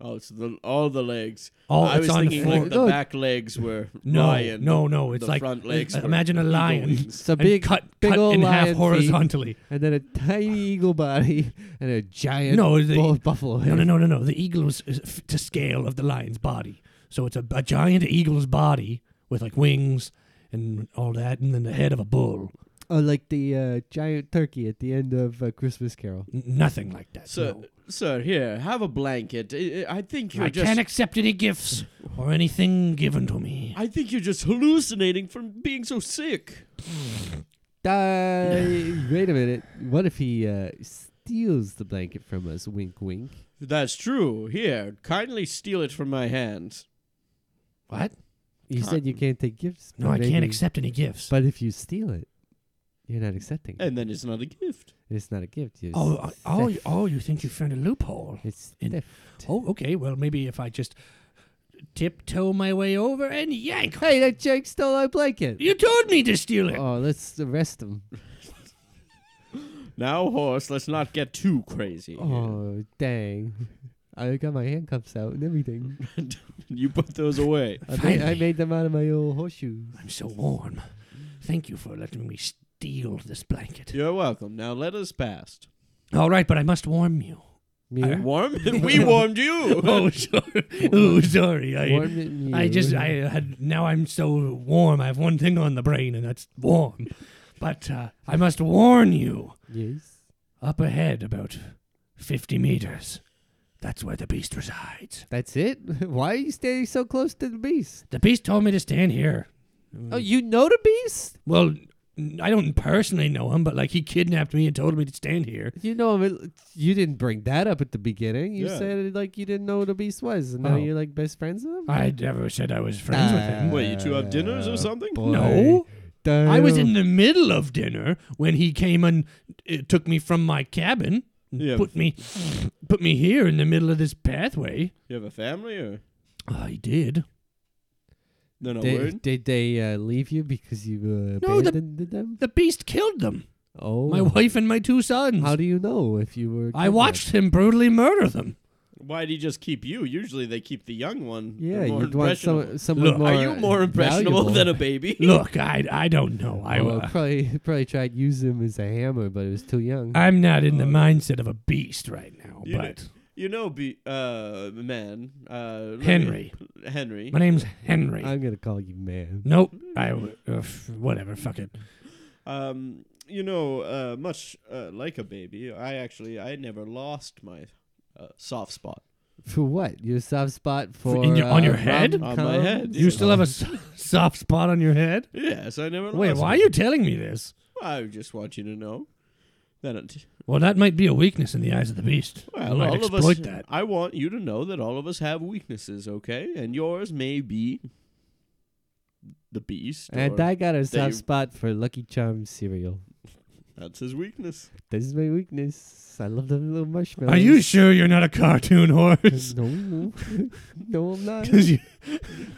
C: Oh, it's the, all the legs.
B: All Oh,
C: I
B: it's
C: was
B: on
C: thinking
B: the floor.
C: like the back legs were
B: no,
C: lion.
B: no, no. It's
C: the
B: like
C: front legs.
B: uh,
C: were
B: imagine a
C: eagle
B: lion.
C: wings.
A: It's a
B: and
A: big,
B: cut,
A: big
B: cut
A: old
B: in half
A: lion feet.
B: horizontally.
A: and then a tiny eagle body *laughs* and a giant
B: No, the-
A: bull buffalo
B: No,
A: head.
B: no, no, no, no. The eagle was is f- to scale of the lion's body, so it's a, a giant eagle's body with like wings and all that, and then the head of a bull.
A: Oh, like the uh, giant turkey at the end of uh, Christmas Carol.
B: N- nothing like that.
C: Sir,
B: no.
C: sir, here, have a blanket. I, I I think you're
B: I
C: just.
B: can't accept any gifts or anything given to me.
C: I think you're just hallucinating from being so sick.
B: *laughs*
A: Die. Wait a minute. What if he uh, steals the blanket from us? Wink, wink.
C: That's true. Here, kindly steal it from my hands.
B: What?
A: You said you can't take gifts.
B: No,
A: but
B: I can't
A: maybe-
B: accept any gifts.
A: But if you steal it, you're not accepting it.
C: And then it's not a gift.
A: It's not a gift. It's
B: oh, uh, oh,
A: theft.
B: oh! You think you found a loophole?
A: It's
B: in-
A: theft.
B: Oh, okay. Well, maybe if I just tiptoe my way over and yank.
A: Hey, that Jake stole our blanket.
B: You told me to steal it.
A: Oh, let's arrest him.
C: Now, horse, let's not get too crazy. here.
A: Oh, dang. *laughs* I got my handcuffs out and everything.
C: You put those away.
A: I made, I
B: Finally.
A: made them out of my old horseshoes.
B: I'm so warm. Thank you for letting me steal this blanket.
C: You're welcome. Now let us pass.
B: All right, but I must warm
A: *laughs*
B: you.
A: Me?
C: *laughs* Warm? we warmed you.
B: *laughs* Oh, sorry. Oh, sorry. I,
A: Warm it me.
B: I just, I had, now I'm so warm. I have one thing on the brain, and that's warm. But uh, I must warn you
A: Yes.
B: up ahead, about 50 meters. That's where the beast resides.
A: That's it? *laughs* Why are you standing so close to the beast?
B: The beast told me to stand here. Mm.
A: Oh, you know the beast?
B: Well, I don't personally know him, but like he kidnapped me and told me to stand here.
A: You know him. it- You didn't bring that up at the beginning. You
C: Yeah.
A: said like you didn't know who the beast was, and now
B: Oh.
A: you're like best friends with him.
B: I never said I was friends with
A: Uh,
B: him.
C: Wait, you two have dinners or something?
A: boy.
B: No.
A: Damn.
B: I was in the middle of dinner when he came and uh, took me from my cabin, and
C: Yeah.
B: put me put me here in the middle of this pathway.
C: You have a family or
B: I did.
C: then a
A: Did,
C: word?
A: did they uh, leave you because you uh,
B: No, the-
A: abandoned them?
B: The beast killed them.
A: Oh,
B: My wife and my two sons.
A: How do you know if you were?
B: I
A: kidnapped?
B: watched him brutally murder them.
C: Why'd he just keep you? Usually they keep the young one.
A: Yeah,
C: They're more
A: you'd want
C: impressionable. *laughs*
A: some, someone
B: Look,
A: more.
C: Are you more impressionable
A: valuable.
C: than a baby?
B: *laughs* Look, I
A: *laughs*
B: I don't know. I
A: Well,
B: uh,
A: probably *laughs* probably tried to use him as a hammer, but it was too young.
B: I'm not in the mindset of a beast right now.
C: You
B: But
C: You know, be uh, man, uh, let me-
B: Henry,
C: Henry.
B: my name's Henry.
A: I'm gonna call you man.
B: nope. I w- uh, f- whatever. Fuck it.
C: Um, you know, uh, much uh, like a baby, I actually I never lost my uh, soft spot.
A: For what? Your soft spot for,
B: in your- on
A: uh,
B: your head?
A: rom-coms?
C: On my head,
B: You still have a s- soft spot on your head.
C: Yes, I never.
B: Wait,
C: lost
B: why
C: it.
B: are you telling me this?
C: I just want you to know that it,
B: Well, that might be a weakness in the eyes of the beast. I
C: well,
B: might
C: all of
B: exploit
C: us.
B: that.
C: I want you to know that all of us have weaknesses, okay? And yours may be the beast.
A: And
C: or-
A: I Uh, got a soft
C: you-
A: spot for Lucky Charms cereal.
C: That's his weakness.
A: This is my weakness. I love them little marshmallows.
B: Are you sure you're not a cartoon *laughs* horse?
A: *laughs* No, no, no, I'm not.
B: *laughs* 'Cause you,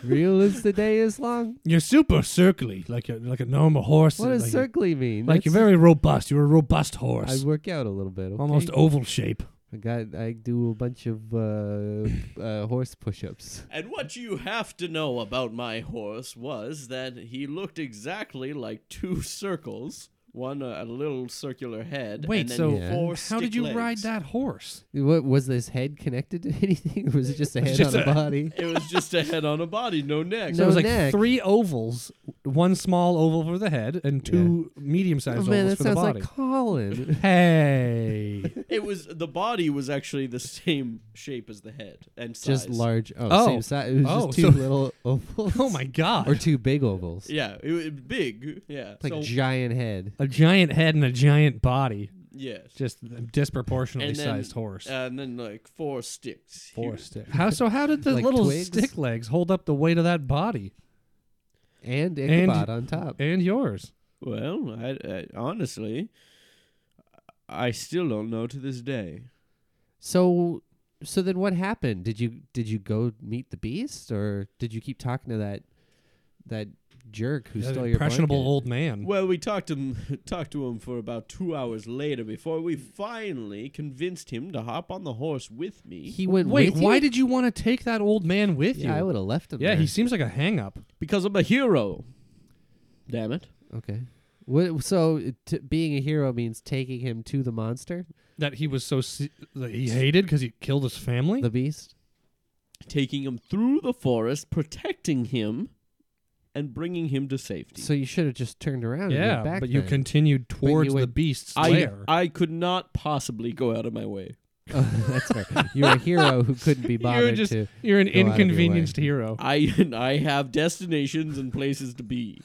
A: Real as the day is
B: *laughs*
A: long.
B: you're super circly, like a like a normal horse.
A: What does
B: like, a-
A: circly mean?
B: like you're
A: That's-
B: very robust. You're a robust horse,
A: I work out a little bit. Okay?
B: almost oval shape.
A: I got. I do a bunch of uh, uh, horse push-ups.
C: And what you have to know about my horse was that he looked exactly like two circles. One uh, a, a little circular head.
B: Wait,
C: and then
B: so
A: Yeah.
C: four
B: How
C: stick
B: did you
C: legs.
B: ride that horse?
A: What was this head connected to *laughs* anything? Or was it just a head
B: just
A: on a,
B: a- *laughs*
A: body?
C: It was just a head on a body, no neck.
B: So it
A: No
B: was like
A: neck.
B: three ovals, one small oval for the head, and two medium-sized
A: Oh man, that
B: ovals for the
A: sounds
B: body.
A: like
B: *laughs*
A: Colin.
B: hey,
A: *laughs*
C: It was the body was actually the same shape as the head and size.
A: just large. Oh,
B: Oh.
A: same size. It was
B: Oh,
A: just two
B: so- *laughs*
A: little ovals.
B: oh my god!
A: Or two big ovals.
C: Yeah, it, it- big. Yeah.
A: Like
C: so,
A: giant head.
B: a giant head and a giant body,
C: yes.
B: just a disproportionately
C: And then,
B: sized horse.
C: And then like four sticks.
B: Four
C: Huge.
B: stick. How so? How did the
A: *laughs* Like
B: little
A: twigs?
B: stick legs hold up the weight of that body
A: And
B: And-
A: Ichabod on top.
B: and yours?
C: Well, I, I honestly, I still don't know to this day.
A: So so then what happened? Did you did you go meet the beast or did you keep talking to that that jerk who
B: That
A: stole your
B: impressionable
A: blanket?
B: old man.
C: Well, we talked to him, *laughs* talked to him for about two hours later before we finally convinced him to hop on the horse with me
A: He went
B: Wait,
A: with
B: why
A: you?
B: did you want to take that old man with
A: Yeah, I
B: you?
A: would have left him
B: yeah,
A: there.
B: he seems like a hang up.
C: because I'm a hero. Damn it!
A: Okay. What, so t- being a hero means taking him to the monster,
B: That he was so se- that he hated because he killed his family.
A: the beast.
C: Taking him through the forest, protecting him, and bringing him to safety.
A: So you should have just turned around. and
B: yeah,
A: went back
B: but you
A: then.
B: continued towards the
A: went-
B: beast's
C: I
B: lair.
C: I could not possibly go out of my way.
A: *laughs* Oh, that's fair. You're a
B: *laughs*
A: hero who couldn't be bothered
B: you're just
A: to.
B: you're an
A: out of your way.
B: inconvenienced hero.
C: I *laughs* I have destinations and places to be.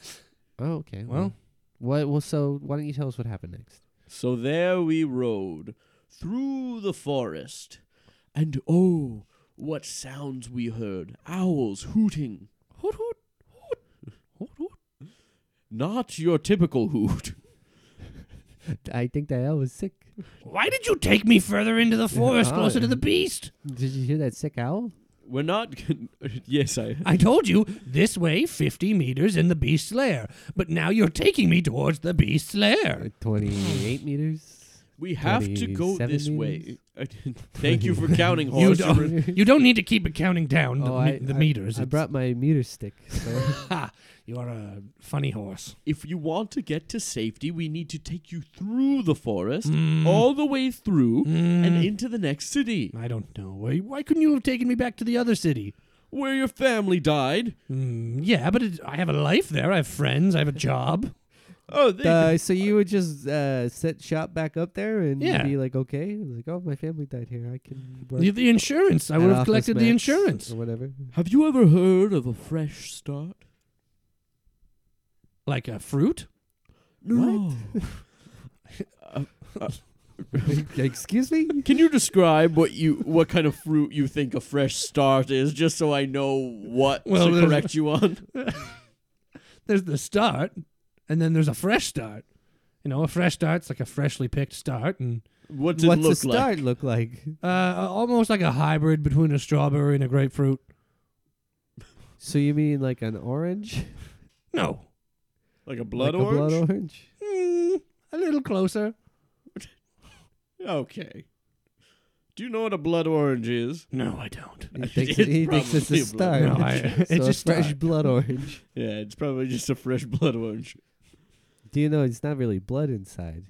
A: Oh, okay.
B: Well,
A: what? Well, so why don't you tell us what happened next?
C: So there we rode through the forest, and oh, what sounds we heard! Owls hooting.
B: hoot, hoot, hoot, hoot, hoot.
C: Not your typical hoot. *laughs*
A: I think that owl was sick.
B: Why did you take me further into
A: *laughs*
B: the forest,
A: I-
B: closer to the beast?
A: Did you hear that sick owl?
C: We're not. Con- *laughs* yes, I.
B: I told you this way, 50 meters in the beast's lair, but now you're taking me towards the beast's lair.
A: Twenty-eight
B: Hmm.
A: meters.
C: We have to go
A: 27
C: this way.
A: meters?
C: *laughs* Thank you for counting,
B: *laughs* You
A: *laughs*
C: horse.
A: don't-
B: don't, you don't need to keep counting down the,
A: Oh,
B: me-
A: I-
B: the meters.
A: I
B: It's-
A: brought my meter stick.
B: *laughs*
A: So
B: ha, *laughs* you are a funny horse.
C: If you want to get to safety, we need to take you through the forest,
B: Mm.
A: Mm-hmm.
C: all the way through, and
B: Mm.
C: into the next city
B: I don't know. Why, why couldn't you have taken me back to the other city?
C: where your family died.
B: Mm, yeah, but it, I have a life there. I have friends. I have a job.
C: Oh, they,
A: uh, so you would just uh, set shop back up there and
B: Yeah.
A: be like, okay, And like, oh, my family died here. I can work.
B: The, the insurance. I
A: at
B: would have
A: Office
B: collected
A: Max
B: the insurance.
A: or whatever. *laughs*
C: have you ever heard of a fresh start?
B: Like a fruit?
C: No. Uh,
A: Excuse
B: *laughs*
A: me.
C: *laughs* can you describe what you what kind of fruit you think a fresh start is, just so I know what
B: Well,
C: to
B: there's-
C: correct you on? *laughs*
B: there's the start, and then there's a fresh start. You know, a fresh start's like a freshly picked start, and
C: What does it
A: What's
C: look
A: a start
C: like?
A: look like?
B: uh, almost like a hybrid between a strawberry and a grapefruit.
A: So you mean like an orange?
B: No,
C: Like a blood
A: like
C: orange?
A: A blood
B: *laughs*
A: orange.
B: mm, a little closer.
C: okay. Do you know what a blood orange is?
B: No, I don't.
A: He thinks,
C: It's
A: it, he thinks it's a
C: probably
A: star.
C: a
B: No, *laughs* I, it's
A: *laughs* so a
B: just
A: fresh blood orange.
C: Yeah, it's probably just a fresh *laughs* blood orange.
A: Do you know it's not really blood inside?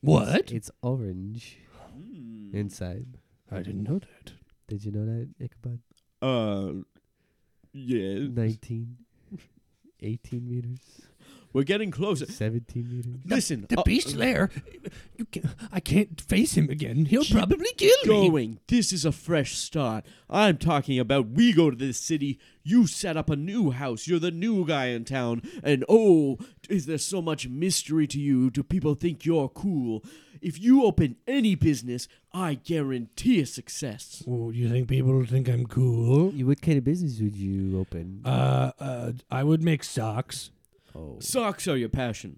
B: What?
A: It's orange Hmm. inside.
B: I didn't know that.
A: Did you know that, Ichabod?
C: Uh, yeah.
A: 19, 18 meters,
C: We're getting closer.
A: 17 meters.
C: Listen,
B: The
C: uh,
B: beast lair. You can, I can't face him again. He'll
C: Keep
B: probably kill me.
C: going. This is a fresh start. I'm talking about we go to this city, you set up a new house, you're the new guy in town, and oh, is there so much mystery to you? Do people think you're cool? If you open any business, I guarantee a success.
B: Oh, you think people think I'm cool?
A: You, what kind of business would you open?
B: Uh, uh, I would make socks.
A: Oh,
C: Socks are your passion.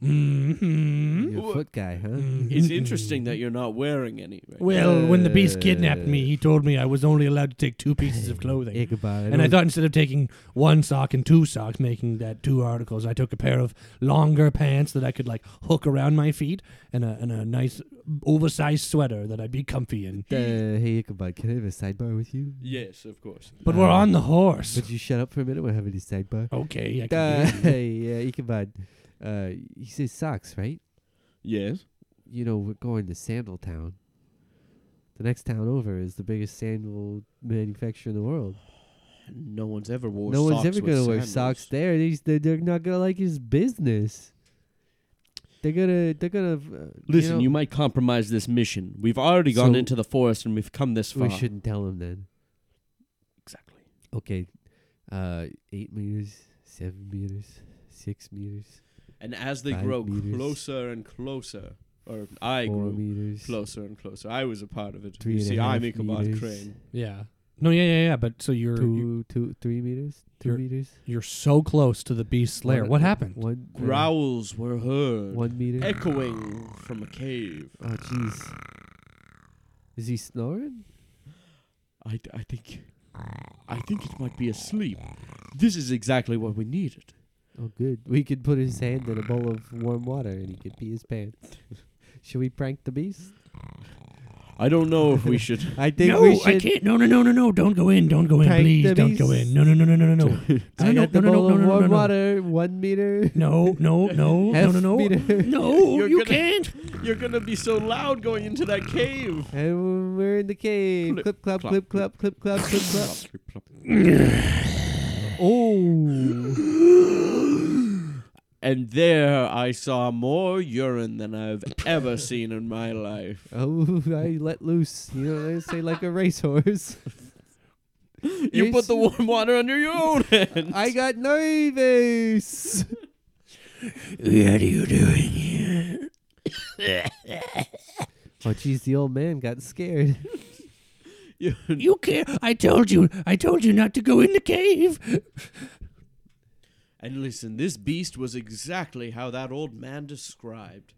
B: Mm-hmm.
A: you're a
C: Wha-
A: foot guy, huh?
B: mm,
C: It's interesting that you're not wearing any right
B: Well, when the beast
A: Uh,
B: kidnapped me, he told me I was only allowed to take two pieces of clothing.
A: Ichabod.
B: and I
A: don't-
B: thought instead of taking one sock and two socks, making that two articles, I took a pair of longer pants that I could like hook around my feet, and a and a nice oversized sweater that I'd be comfy in.
A: Uh, hey, Ichabod, can I have a sidebar with you?
C: Yes, of course.
B: But we're
A: Uh,
B: on the horse.
A: Would you shut up for a minute? We're having a sidebar.
B: Okay, Oh, I
A: Uh, *laughs*
B: can do it.
A: yeah, Ichabod. Uh, he says socks, right?
C: Yes.
A: You know, we're going to Sandal Town. The next town over is the biggest sandal manufacturer in the world.
C: No one's ever wore
A: no
C: socks.
A: one's ever
C: with
A: gonna wear
C: sandals.
A: socks there. They, they're, they're not gonna like his business. They're gonna they're gonna uh,
C: Listen,
A: You, know,
C: you might compromise this mission. We've already gone
A: So-
C: into the forest and we've come this far.
A: we shouldn't tell him then.
C: Exactly.
A: Okay, uh, eight meters, seven meters, six meters,
C: And as they
A: Five
C: grow
A: meters.
C: closer and closer, or I
A: four
C: grew
A: meters.
C: closer and closer. I was a part of it.
A: Three
C: you
A: and a
C: see, I'm
A: half
C: Ichabod
A: meters.
C: Crane.
B: yeah. No, yeah, yeah, yeah. But so you're you,
A: Two, two, three meters, two
B: You're-
A: meters.
B: you're so close to the beast lair.
A: One-
B: What happened?
A: One uh,
C: Growls were heard,
A: One meter.
C: echoing from a cave.
A: oh, jeez. Is he snoring?
C: I, I think, I think it might be asleep. This is exactly what we needed.
A: Oh, good. We could put his hand in a bowl of warm water and he could pee his pants. *laughs* should we prank the beast?
C: I don't know if we should.
A: *laughs* I think
B: no,
A: we should.
B: I can't. No, no, no, no, no. Don't go in. Don't go in.
A: Prank
B: Please
A: the
B: don't go
A: beast.
B: in. No, no, no, no,
A: *laughs*
B: no, no, no.
A: I
B: No, no,
A: got the
B: no, no,
A: bowl
B: no,
A: of
B: no, no,
A: warm
B: no.
A: water, one meter.
B: *laughs* No, no, no, no,
A: Half
B: no, no.
A: meter.
B: No,
A: *laughs*
C: You're
B: you
C: gonna-
B: can't.
C: You're gonna be so loud going into that cave.
A: And we're in the cave.
C: Clip,
A: Clip, clap,
C: clop,
A: clip, clap, clip, clap,
B: *laughs*
A: clip, clap.
B: Oh.
C: And there I saw more urine than I've ever seen in my life.
A: Oh, I let loose. You know what I say? Like a
B: *laughs*
A: racehorse.
C: You put the warm water under your own hand.
A: I got
B: *laughs*
A: nervous.
B: What are you doing here?
A: Oh, jeez, the old man got
B: *laughs*
A: scared.
C: You-
B: You can't. I told you. I told you not to go in the cave.
C: and listen, this beast was exactly how that old man described.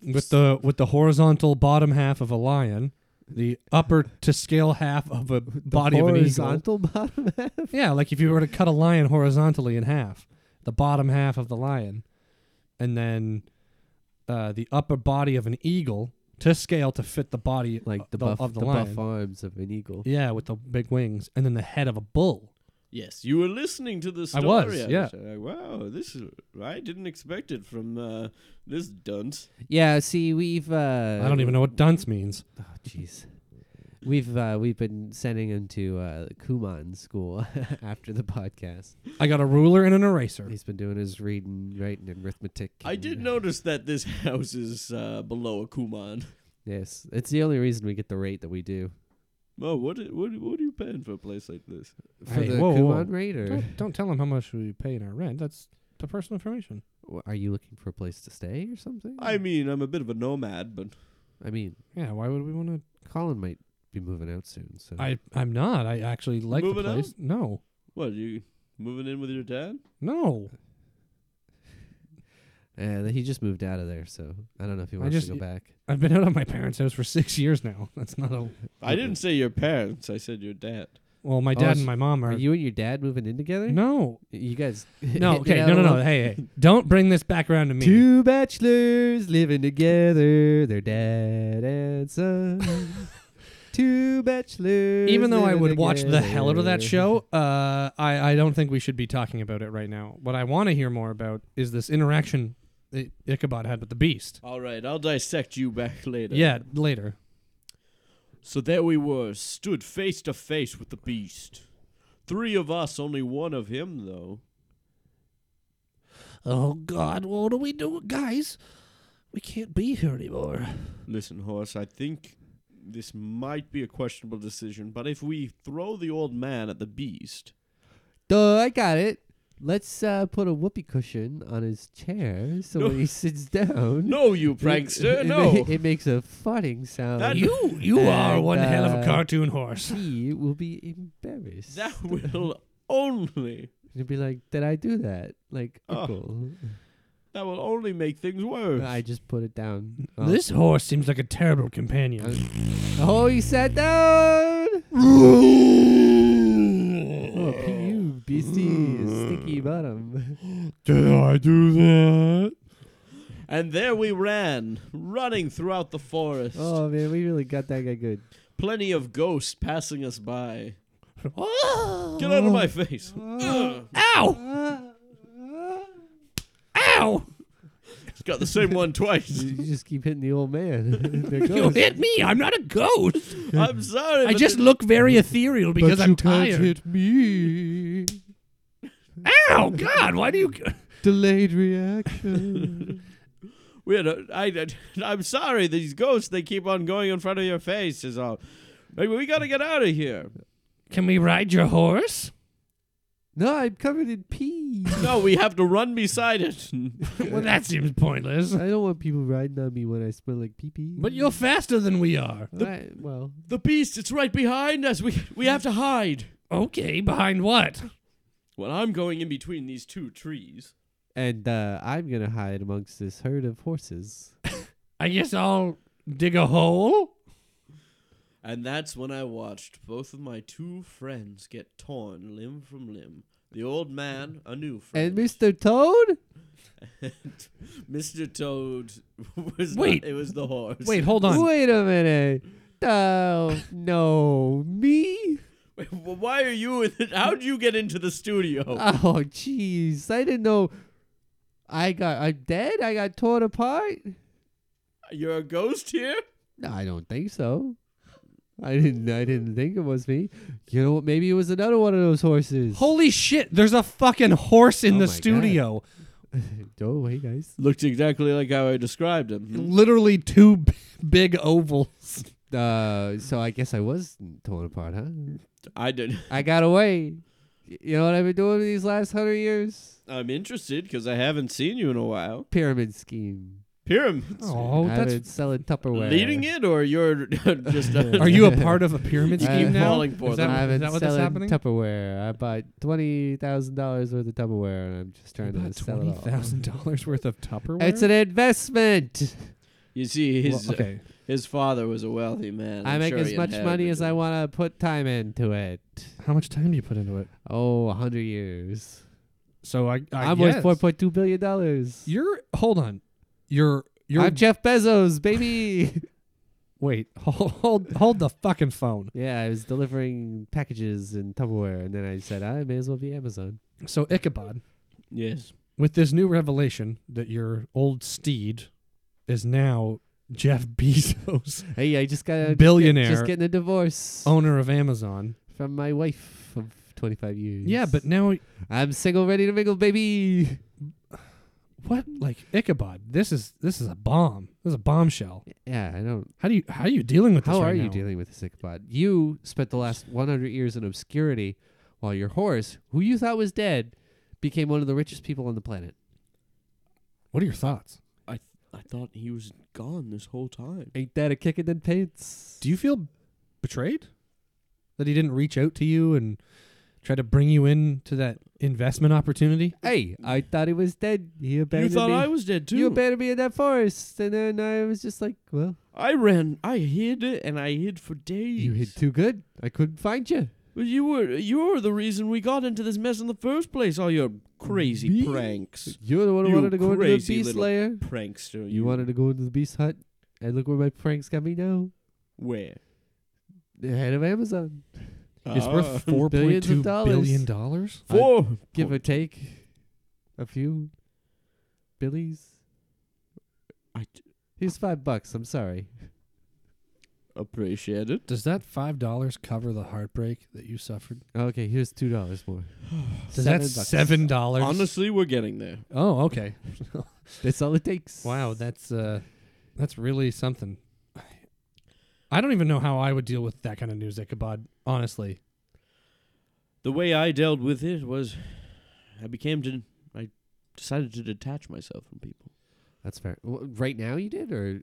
B: With the with the horizontal bottom half of a lion, the upper to scale half of a body of an eagle.
A: horizontal bottom half.
B: Yeah, like if you were to cut a lion horizontally in half, the bottom half of the lion, and then uh, the upper body of an eagle to scale to fit the body
A: *laughs* Like the,
B: the-
A: buff,
B: of the
A: the
B: lion.
A: buff arms of an eagle.
B: Yeah, with the big wings, and then the head of a bull.
C: Yes, you were listening to the
B: I
C: story.
B: was,
C: was
B: yeah.
C: like, wow, this is. I didn't expect it from uh, this dunce.
A: Yeah, see, we've. Uh,
B: I don't even know what dunce means.
A: Oh, jeez. We've uh, we've been sending him to uh, Kumon school *laughs* after the podcast.
B: I got a ruler and an eraser.
A: He's been doing his reading, writing, and arithmetic.
C: I
A: and- uh,
C: did notice that this house is uh, below a Kuman.
A: Yes, it's the only reason we get the rate that we do
C: Oh, what, i- what, what are you paying for a place like this?
A: for
B: Hey,
A: the
B: whoa, whoa,
A: Kumon rate. Or
B: Don't, don't tell him how much we pay in our rent. That's the personal information.
A: w- are you looking for a place to stay or something?
C: I mean, I'm a bit of a nomad, but
A: I mean,
B: Yeah, why would we want to?
A: Colin might be moving out soon, so
B: I I'm not. I actually like
C: Moving
B: the
C: out?
B: place. No,
C: what, you moving in with your dad?
B: no.
A: and he just moved out of there, so I don't know if he
B: I
A: wants
B: just-
A: to go back.
B: I've been out of my parents' house for six years now. *laughs* That's not a
C: I didn't say your parents, I said your dad.
B: well. My
A: Oh,
B: dad
A: s-
B: and my mom
A: Are
B: are.
A: you and your dad moving in together?
B: no,
A: you guys. *laughs*
B: no.
A: hitting it
B: Okay,
A: out
B: no, no,
A: alone?
B: no. Hey, hey, don't bring this back around to me.
A: Two bachelors living together, their dad and
B: *laughs*
A: son. Two bachelors.
B: Even though I
A: living
B: would watch the hell out of that
A: together.
B: show, uh, I, I don't think we should be talking about it right now. What I want to hear more about is this interaction that Ichabod had with the beast.
C: All right, I'll dissect you back later.
B: Yeah, later.
C: So there we were, stood face to face with the beast. Three of us, only one of him, though.
B: Oh, God, what do we do? Guys, we can't be here anymore.
C: Listen, Horace, I think this might be a questionable decision, but if we throw the old man at the beast,
A: Duh, I got it. Let's uh, put a whoopee cushion on his chair so
C: No.
A: when he sits down.
C: no, you
A: it-
C: prankster, *laughs*
A: it,
C: no.
A: It, makes a farting sound.
C: That-
B: You you are
A: And,
B: one hell of
A: uh, *laughs*
B: a cartoon horse.
A: he will be embarrassed.
C: that will only
A: you'd be like, "Did I do that?" Like,
C: Oh.
A: uncle,
C: That will only make things worse.
A: I just put it down. Oh.
B: *laughs* This horse seems like a terrible companion.
A: oh,
B: *laughs*
A: he sat down. Oh, pu beastie, sticky
B: mm.
A: bottom. *laughs*
B: Did I do that?
C: And there we ran, running throughout the forest.
A: Oh man, we really got that guy good.
C: Plenty of ghosts passing us by. Get out
B: Oh.
C: of my face. Ugh.
B: Ow! Ow!
C: It's got the same one
B: *laughs*
C: twice.
A: You you just keep hitting the old man. *laughs* There
B: You
A: goes.
B: hit me! I'm not a ghost.
C: I'm sorry.
B: I
C: but
B: just
C: the-
B: look very ethereal because I'm tired.
A: hit me.
B: Ow! God, why do you?
A: Delayed reaction.
C: *laughs* we had a, I, I, I'm sorry. These ghosts they keep on going in front of your face is all. Like, we gotta get out of here.
B: Can we ride your horse?
A: no, I'm covered in pee.
C: No, we have to run beside it.
B: *laughs*
C: *laughs*
B: well, that seems
A: *laughs*
B: pointless.
A: I don't want people riding on me when I smell like pee pee.
B: But you're faster than we are.
A: Alright, well,
C: The beast, it's right behind us. We we have to hide.
B: Okay, behind what?
C: Well, I'm going in between these two trees.
A: and uh, I'm gonna hide amongst this herd of
B: *laughs*
A: horses.
B: I guess I'll dig a hole.
C: And that's when I watched both of my two friends get torn limb from limb. The old man, a new
A: And
C: friend. *laughs*
A: Mr. Toad?
C: Mr. Toad was
B: Wait.
C: not, it was the horse.
B: Wait, hold on.
A: Wait a minute. Oh no, me?
C: Wait, wh- why are you in the, how'd you get into the studio?
B: Uh,
A: Oh jeez, I didn't know. I got I'm dead. I got torn apart.
C: You're a ghost here?
A: No, I don't think so. I didn't. I didn't think it was me. You know what? Maybe it was another one of those horses. *laughs*
B: Holy shit, there's a fucking horse in
A: Oh
B: the
A: my God.
B: studio.
A: oh, hey guys.
C: Looked exactly like how I described him.
B: Literally two b- big ovals.
A: Uh, so I guess I was torn apart, huh?
C: I did.
A: I got away. Y- You know what I've been doing these last hundred years?
C: I'm interested because I haven't seen you in a while.
A: Pyramid scheme.
C: Pyramids.
B: Oh,
A: I've
B: that's.
A: been selling Tupperware.
C: Leading it, or you're *laughs* just
B: *laughs*
C: a,
B: Are
C: *laughs*
B: you a part *laughs* of a pyramid
A: You keep
B: scheme now?
C: falling for
B: is
C: them.
B: that,
A: I've
B: is
A: been
B: that what's
A: selling
B: happening?
A: Tupperware. I bought twenty thousand dollars worth of Tupperware, and I'm just trying to sell
B: twenty
A: it all.
B: thousand dollars worth of Tupperware.
A: It's an investment.
C: You see,
B: Well,
C: his
B: okay.
C: his father was a wealthy man.
A: i
C: I'm
A: make
C: sure
A: as
C: he
A: much money as
C: inherited
A: I
C: it.
A: want to put time into it.
B: How much time do you put into it?
A: Oh, a hundred years.
B: So I, I
A: I'm
B: guess
A: worth four point two billion dollars.
B: You're hold on. You're you're
A: I'm Jeff Bezos, baby. *laughs*
B: wait. *laughs* Hold, hold hold the fucking phone.
A: yeah, I was delivering packages in Tupperware, and then I said I may as well be Amazon.
B: So Ichabod,
C: Yes.
B: with this new revelation that your old steed is now *laughs* Jeff Bezos,
A: Hey, I just got a
B: Billionaire. Oh.
A: Just getting a divorce
B: owner of Amazon.
A: from my wife of 25 years.
B: Yeah, but now
A: I'm single, ready to mingle, baby.
B: what? Like Ichabod, this is this is a bomb. This is a bombshell.
A: Yeah, I don't.
B: How do you how are you dealing with this?
A: How
B: right
A: are you
B: now?
A: dealing with this Ichabod? You spent the last 100 years in obscurity while your horse, who you thought was dead, became one of the richest people on the planet.
B: What are your thoughts?
C: I I thought he was gone this whole time.
A: Ain't that a kick in the pants?
B: Do you feel betrayed that he didn't reach out to you and try to bring you into that investment opportunity?
A: hey, I thought he was dead. He
C: you
A: abandoned
C: thought
A: me.
C: I was dead too.
A: you abandoned me in that forest. And then I was just like, well,
C: I ran. I hid and I hid for days.
A: you hid too good. I couldn't find you.
C: Well, you were you were the reason we got into this mess in the first place. All your crazy
A: Me?
C: pranks,
A: You're the one who
C: You
A: wanted to go into the
C: crazy
A: beast
C: little
A: lair.
C: prankster.
A: You wanted to go into the beast hut. And look where my pranks got me now.
C: where?
A: The head of Amazon.
B: It's *laughs* worth
C: Ah.
B: four point
A: billions of
B: two
A: dollars.
B: billion
A: *laughs*
B: Uh, dollars.
C: four.
A: Give or take a few billies.
C: I d-
A: Here's five bucks. I'm sorry.
C: appreciate it.
B: Does that five dollars cover the heartbreak that you suffered?
A: Okay, here's two dollars
B: *sighs*
A: more.
B: Does
A: Seven
B: that
A: bucks.
B: seven dollars?
C: Honestly, we're getting there.
B: Oh, okay.
A: That's all it takes.
B: Wow, that's uh, that's really something. I don't even know how I would deal with that kind of news, Ichabod. Honestly,
C: The way I dealt with it was, I became to, I decided to detach myself from people.
A: That's fair. W- right now you did, or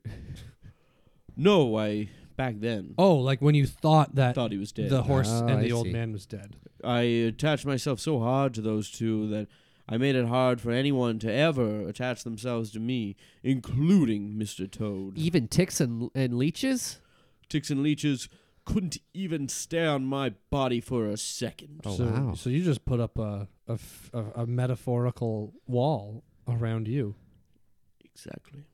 C: No, I back then.
B: Oh, like when you thought that
C: Thought he was dead.
B: the horse
A: Oh,
B: and
A: I
B: the old
A: see.
B: man was dead.
C: I attached myself so hard to those two that I made it hard for anyone to ever attach themselves to me, including Mr. Toad.
A: Even ticks and and leeches.
C: Ticks and leeches couldn't even stare on my body for a second.
A: Oh,
B: so,
A: wow.
B: So you just put up a a f- a- a metaphorical wall around you,
C: Exactly.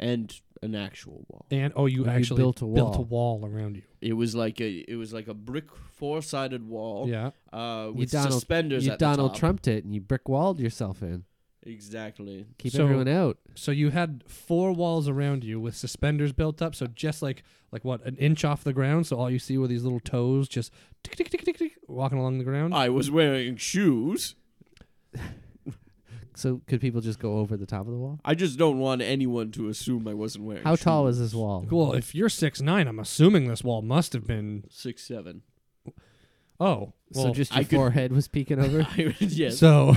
C: and an actual wall.
B: and oh, you
A: You
B: actually
A: built a wall.
B: wall around you.
C: It was like a it was like a brick four sided
A: Oh.
C: wall
B: Yeah.
C: uh, with
A: Donald-
C: suspenders
A: you
C: at
A: Donald
C: the top.
A: Trumped it and you brick walled yourself in.
C: Exactly.
A: Keep
B: So-
A: everyone out.
B: So you had four walls around you with suspenders built up. So just like like what an inch off the ground. So all you see were these little toes just tick tick tick tick tick walking along the ground.
C: I was wearing shoes.
A: So could people just go over the top of the wall?
C: I just don't want anyone to assume I wasn't wearing.
A: How tall
C: shoes.
A: is this wall?
B: well, if you're six nine, I'm assuming this wall must have been
A: *laughs*
C: Six seven.
B: oh. Well,
A: so just
C: I
A: your
C: could-
A: forehead was peeking
C: *laughs*
A: over.
C: I- yes,
B: so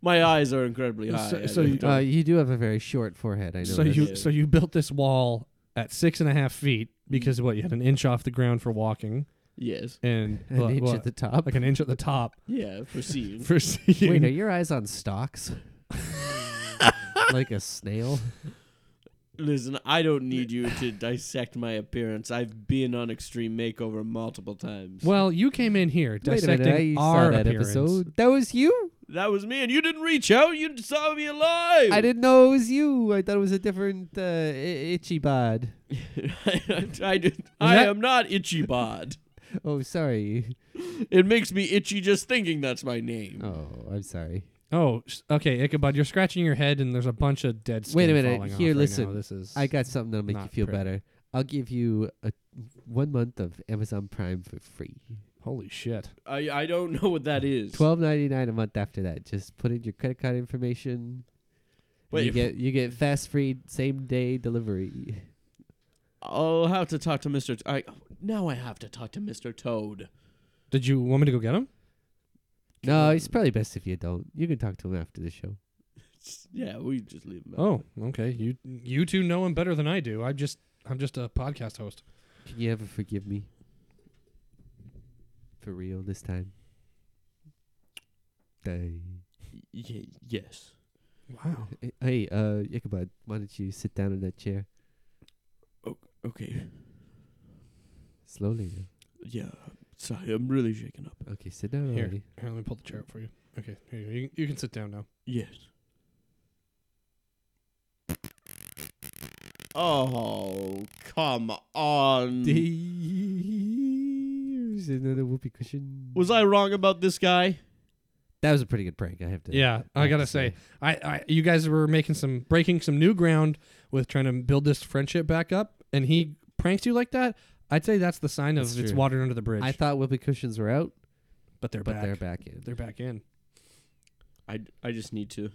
C: my eyes are incredibly
B: So-
C: high. I
B: so you-
C: don't-
A: Uh, you do have a very short forehead. I know.
B: so
A: that.
B: you
C: Yeah.
B: so you built this wall at six and a half feet because what you had an inch off the ground for walking
C: yes,
B: and
A: an
B: what-
A: inch
B: what,
A: at the top.
B: like an inch at
A: *laughs*
B: the top
C: yeah, proceed.
B: for seeing.
A: Wait, are your eyes on stalks? like a snail.
C: Listen, I don't need you to dissect my appearance. I've been on Extreme Makeover multiple times.
B: *laughs* well, you came in here
A: Wait a
B: dissecting
A: minute, I saw
B: our
A: that
B: appearance.
A: episode. That was you.
C: That was me, and you didn't reach out. You saw me alive.
A: I didn't know it was you. I thought it was a different uh, I- itchy bod.
C: *laughs* I, did. I
B: that-
C: am not Itchy Bod.
A: Oh, sorry.
C: It makes me itchy just thinking that's my name.
A: Oh, I'm sorry.
B: Oh, s- okay, Ichabod, you're scratching your head, and there's a bunch of dead skin.
A: Wait a minute,
B: falling off
A: here,
B: right
A: listen.
B: now. This is
A: I got something that'll make you
B: Not
A: feel
B: pretty.
A: better. I'll give you a one month of Amazon Prime for free.
B: holy shit.
C: I, I don't know what that is.
A: Twelve ninety nine a month after that. Just put in your credit card information.
C: Wait,
A: Wait, you
C: if-
A: get you get fast free same day delivery.
C: Oh, I'll have to talk to Mr. T- I now I have to talk to Mr. Toad.
B: Did you want me to go get him?
A: No, it's probably best if you don't. You can talk to him after the show.
C: Yeah, we just leave him. out.
B: Oh, okay. You you two know him better than I do. I'm just I'm just a podcast host.
A: Can you ever forgive me? For real this time. Dang.
C: Y- yes.
B: Wow.
A: Hey, uh, Ichabod, why don't you sit down in that chair
C: Okay.
A: slowly?
C: Yeah. Sorry, I'm really shaken up.
A: Now. Okay, sit down
B: Here.
A: already.
B: Here, let me pull the chair up for you. Okay, here you, go. you you can sit down now.
C: Yes. Oh, come on.
A: There's another whoopee cushion.
C: Was I wrong about this guy?
A: That was a pretty good prank. I have to.
B: Yeah, I
A: have
B: gotta
A: to
B: say, I, I you guys were making some breaking some new ground with trying to build this friendship back up, and he pranks you like that. I'd say that's the sign of
A: That's
B: it's
A: true.
B: watered under the bridge.
A: I thought whoopee cushions were out,
B: but they're
A: but
B: back.
A: they're back in.
B: They're back in.
C: I, I just need to.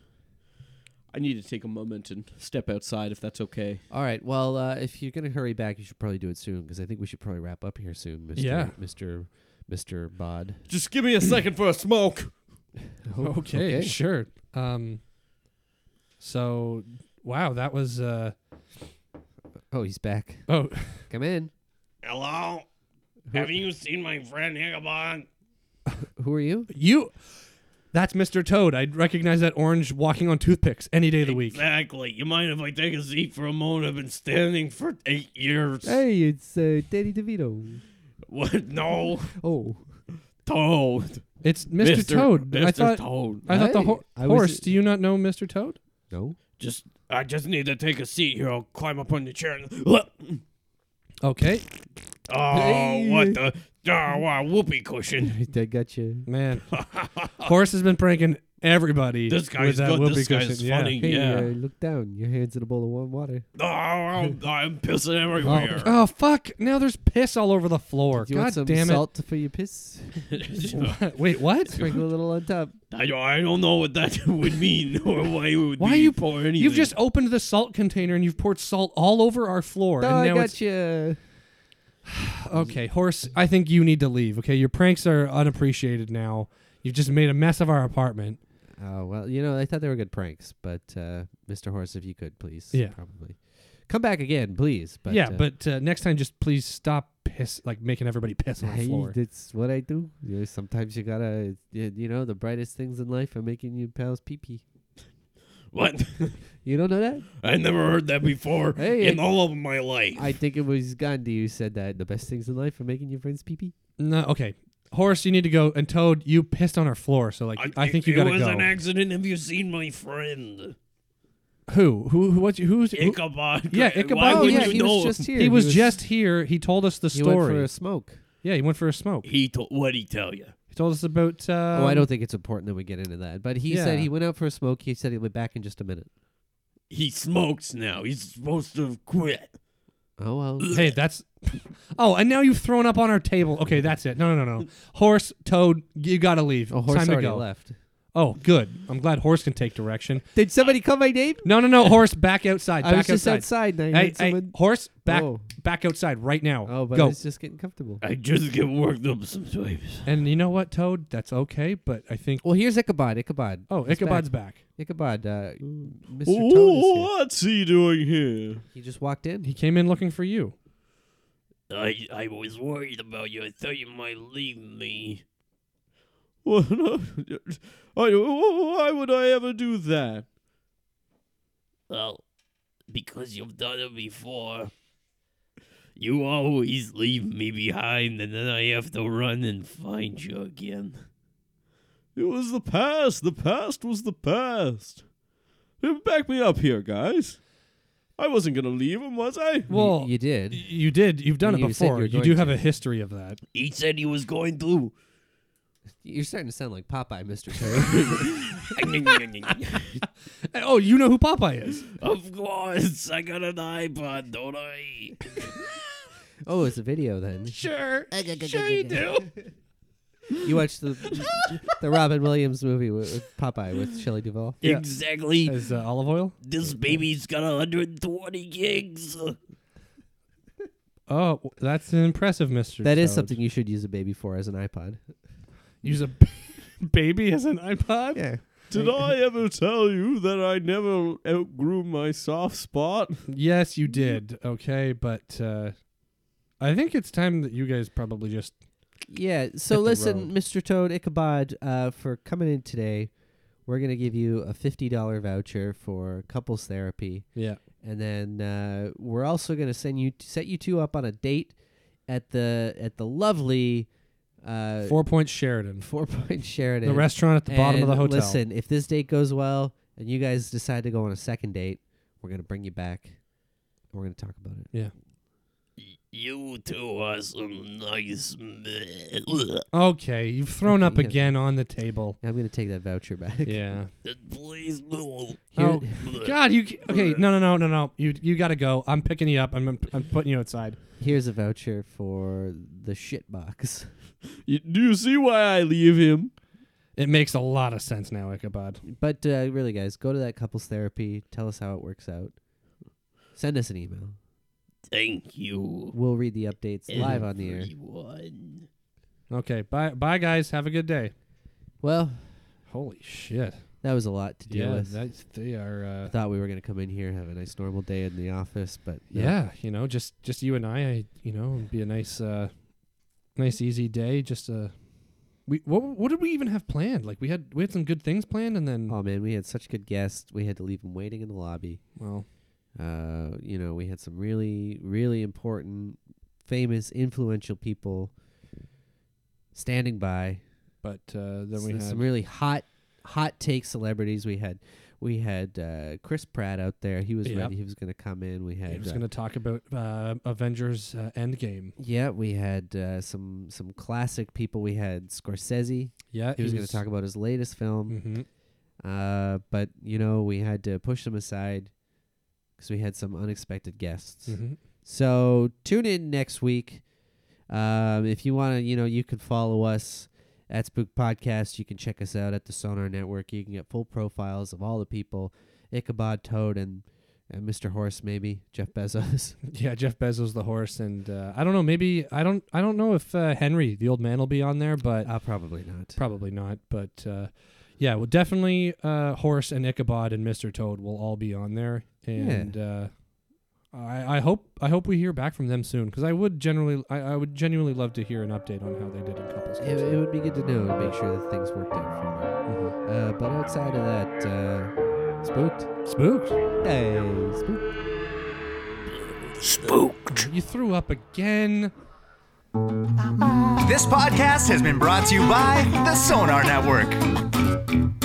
C: I need to take a moment and step outside if that's okay.
A: All right. Well, uh, if you're gonna hurry back, you should probably do it soon because I think we should probably wrap up here soon, Mister.
B: Yeah.
A: Mister. Mister. Bod.
C: Just give me a second for a smoke.
A: Oh,
B: Okay, sure. Um, so wow, that was uh
A: Oh, he's back.
B: oh
A: Come in.
D: Hello? Have you seen my friend Ichabod?
A: Who are you?
B: you. That's Mr. Toad. I'd recognize that orange walking on toothpicks any day of the week.
D: Exactly. You mind if I take a seat for a moment? I've been standing for eight years.
A: Hey, it's uh, Danny DeVito.
D: *laughs* What? No.
A: Oh,
D: Toad.
B: It's Mr. Toad. I thought
D: Toad.
B: I thought the
A: Hey,
B: ho-
A: I was-
B: horse. Do you not know Mr. Toad?
A: *laughs* no.
D: Just, I just need to take a seat here. I'll climb up on the chair. And, *laughs* oh, look.
B: Okay,
D: Oh, what the? Oh, wow, whoopee cushion.
A: That got you.
D: *laughs*
B: Man, horse has been pranking everybody.
D: This
B: with
D: guy's
B: that
D: good.
B: whoopee
D: This guy's
B: cushion.
D: funny.
A: Hey,
D: yeah.
A: uh, look down. Your hands in a bowl of warm water.
D: Oh, I'm, I'm pissing
B: Yeah.
D: everywhere.
B: Oh, oh, fuck! Now there's piss all over the floor.
A: Do you
B: God
A: want some
B: damn
A: salt for your *laughs* piss?
B: it! *laughs* Wait, what?
A: Sprinkle a little on top.
D: *laughs* I, don't, I don't know what that *laughs* would mean or why it would
B: Why
D: be
B: you-
D: pour anything.
B: You've just opened the salt container and you've poured salt all over our floor.
A: Oh,
B: and
A: I
B: now
A: got
B: it's
A: you.
B: okay, horse. I think you need to leave. Okay, your pranks are unappreciated now. You've just made a mess of our apartment.
A: Oh well, you know I thought they were good pranks, but uh, Mr. Horse, if you could please,
B: Yeah.
A: probably Come back again, please. But
B: yeah,
A: uh,
B: but uh, next time, just please stop piss like making everybody piss on the
A: Hey,
B: floor.
A: that's what I do. You know, sometimes you gotta, y- you know, the brightest things in life are making you pals pee pee.
D: What?
A: You don't know that?
D: I never heard that before
A: Hey,
D: in all of my life.
A: I think it was Gandhi who said that the best things in life are making your friends pee pee.
B: No, okay. Horse, you need to go. And Toad, you pissed on our floor, so like I, think you
D: it
B: gotta
D: was
B: go.
D: an accident. Have you seen my friend
B: who? Who? Who? What? Who's? who-
D: Ichabod?
B: Yeah,
D: Why
B: Ichabod,
D: would
B: yeah,
D: you
A: Oh, he
D: know?
A: was just here.
B: he was just here. He told us the
A: he went for
B: story.
A: a smoke.
B: yeah, he went for a smoke.
D: he told. What'd he tell you?
B: He told us about. Uh,
A: oh, I don't think it's important that we get into that. But he said
B: yeah.
A: he went out for a smoke. He said he'll be back in just a minute.
D: He smokes now. He's supposed to quit.
A: Oh well.
B: Hey, that's. *laughs* Oh, and now you've thrown up on our table. Okay, that's it. No,
A: *laughs*
B: no, no, no. Horse, Toad, you gotta leave.
A: Oh, horse
B: Time to
A: already
B: go.
A: left.
B: Oh, good. I'm glad Horse can take direction.
A: Did somebody call my name?
B: No, no, no. Horse, back outside.
A: *laughs* I
B: back
A: was just outside. and I
B: Hey,
A: heard
B: hey,
A: someone.
B: Horse, back,
A: Oh.
B: back outside right now.
A: Oh, but
B: go.
A: I was just getting comfortable.
D: I just get worked up sometimes.
B: And you know what, Toad? That's okay, but I think.
A: Well, here's Ichabod. Ichabod.
B: Oh,
A: He's
B: Ichabod's
A: Back.
B: back.
A: Ichabod. Uh, Mr. Toad is
C: Oh,
A: here.
C: what's he doing here? *laughs*
A: He just walked in.
B: He came in looking for you.
D: I I was worried about you. I thought you might leave me.
C: Well, no, I, why would I ever do that?
D: Well, because you've done it before. You always leave me behind, and then I have to run and find you again.
C: It was the past. The past was the past. Hey, Back me up here, guys. I wasn't gonna leave him, was I?
A: You-
B: Well,
A: you, did.
B: You did. You've done it
A: You said you
B: before.
A: were
B: You, do
A: going
B: have
A: to.
B: a history of that.
D: He said he was going to.
A: You're starting to sound like Popeye, Mr. Toad.
B: Oh, you know who Popeye is.
D: of course, I got an iPod, don't I?
A: oh, it's a video then.
D: *laughs* Sure, sure you do.
A: You watched the the Robin Williams movie with, with Popeye with Shelley Duvall.
B: Yeah.
D: Exactly.
B: Is uh, olive oil?
D: This baby's got 120 gigs.
B: Oh, that's impressive, Mister.
A: That is something you should use a baby for as an iPod.
B: Use a *laughs* baby as an iPod.
A: Yeah.
C: Did I ever tell you that I never outgrew my soft spot?
B: Yes, you did. Okay, but uh, I think it's time that you guys probably just
A: Yeah.
B: Hit
A: So
B: the
A: listen,
B: road.
A: Mr. Toad Ichabod, uh, for coming in today, we're gonna give you a fifty dollar voucher for couples therapy.
B: yeah.
A: and then uh, we're also going to send you set you two up on a date at the at the lovely uh,
B: Four Point Sheridan,
A: Four Point Sheridan.
B: the restaurant at the bottom of the
A: And
B: hotel.
A: Listen, if this date goes well and you guys decide to go on a second date, we're going to bring you back. and We're going to talk about it.
D: You two are some nice men.
B: Okay, you've thrown
A: Okay,
B: up
A: you gotta-
B: again on the table.
A: I'm going to take that voucher *laughs* back.
B: Yeah.
D: And Please move.
A: Here-
B: Oh, God, you ca- okay? No, no, no, no, no. You you gotta go. I'm picking you up. I'm I'm, I'm putting you outside.
A: Here's a voucher for the shit box. *laughs*
C: You, do you see why I leave him?
B: It makes a lot of sense now, Ichabod.
A: But uh, really, guys, go to that couples therapy. Tell us how it works out. Send us an email.
D: *laughs* Thank you.
A: We'll read the updates live on the air.
D: everyone.
B: Okay, bye bye guys. Have a good day.
A: Well,
B: Holy shit.
A: That was a lot to deal with.
B: they are. uh,
A: I thought we were going to come in here have a nice normal day in the office, but no.
B: yeah, you know, just just you and I. I you know, it'd be a nice, uh nice easy day. Just uh we what what did we even have planned? Like we had we had some good things planned, and then
A: Oh man, we had such good guests. We had to leave them waiting in the lobby.
B: well,
A: Uh, you know, we had some really really important famous influential people standing by.
B: but uh, then
A: S-
B: we had
A: some really hot hot take celebrities. We had we had uh, Chris Pratt out there. He was
B: Yep.
A: ready. He was going to come in. We had
B: I was
A: uh,
B: going to talk about uh, Avengers uh, Endgame.
A: Yeah, we had uh, some some classic people. We had Scorsese.
B: Yeah,
A: He was going to talk about his latest film.
B: hmm
A: Uh, but you know, we had to push them aside because we had some unexpected guests.
B: hmm
A: So tune in next week. Um, if you want to, you know, you can follow us at Spook Podcast. You can check us out at the Sonar Network. You can get full profiles of all the people, Ichabod Toad and, and Mr. Horse, maybe Jeff Bezos. *laughs*
B: Yeah, Jeff Bezos the horse, and uh, I don't know. Maybe I don't. I don't know if uh, Henry the old man will be on there, but
A: uh, probably not.
B: probably not. But uh, yeah, well, definitely uh, horse and Ichabod and Mister Toad will all be on there, and uh, I, I hope I hope we hear back from them soon because I would generally I, I would genuinely love to hear an update on how they did in couples.
A: It, it would be good to know and make sure that things worked out for them.
B: mm-hmm.
A: Uh, but outside of that, uh, spooked.
B: Spooked.
A: Hey, spooked.
D: Spooked.
B: You threw up again.
E: This podcast has been brought to you by the Sonar Network.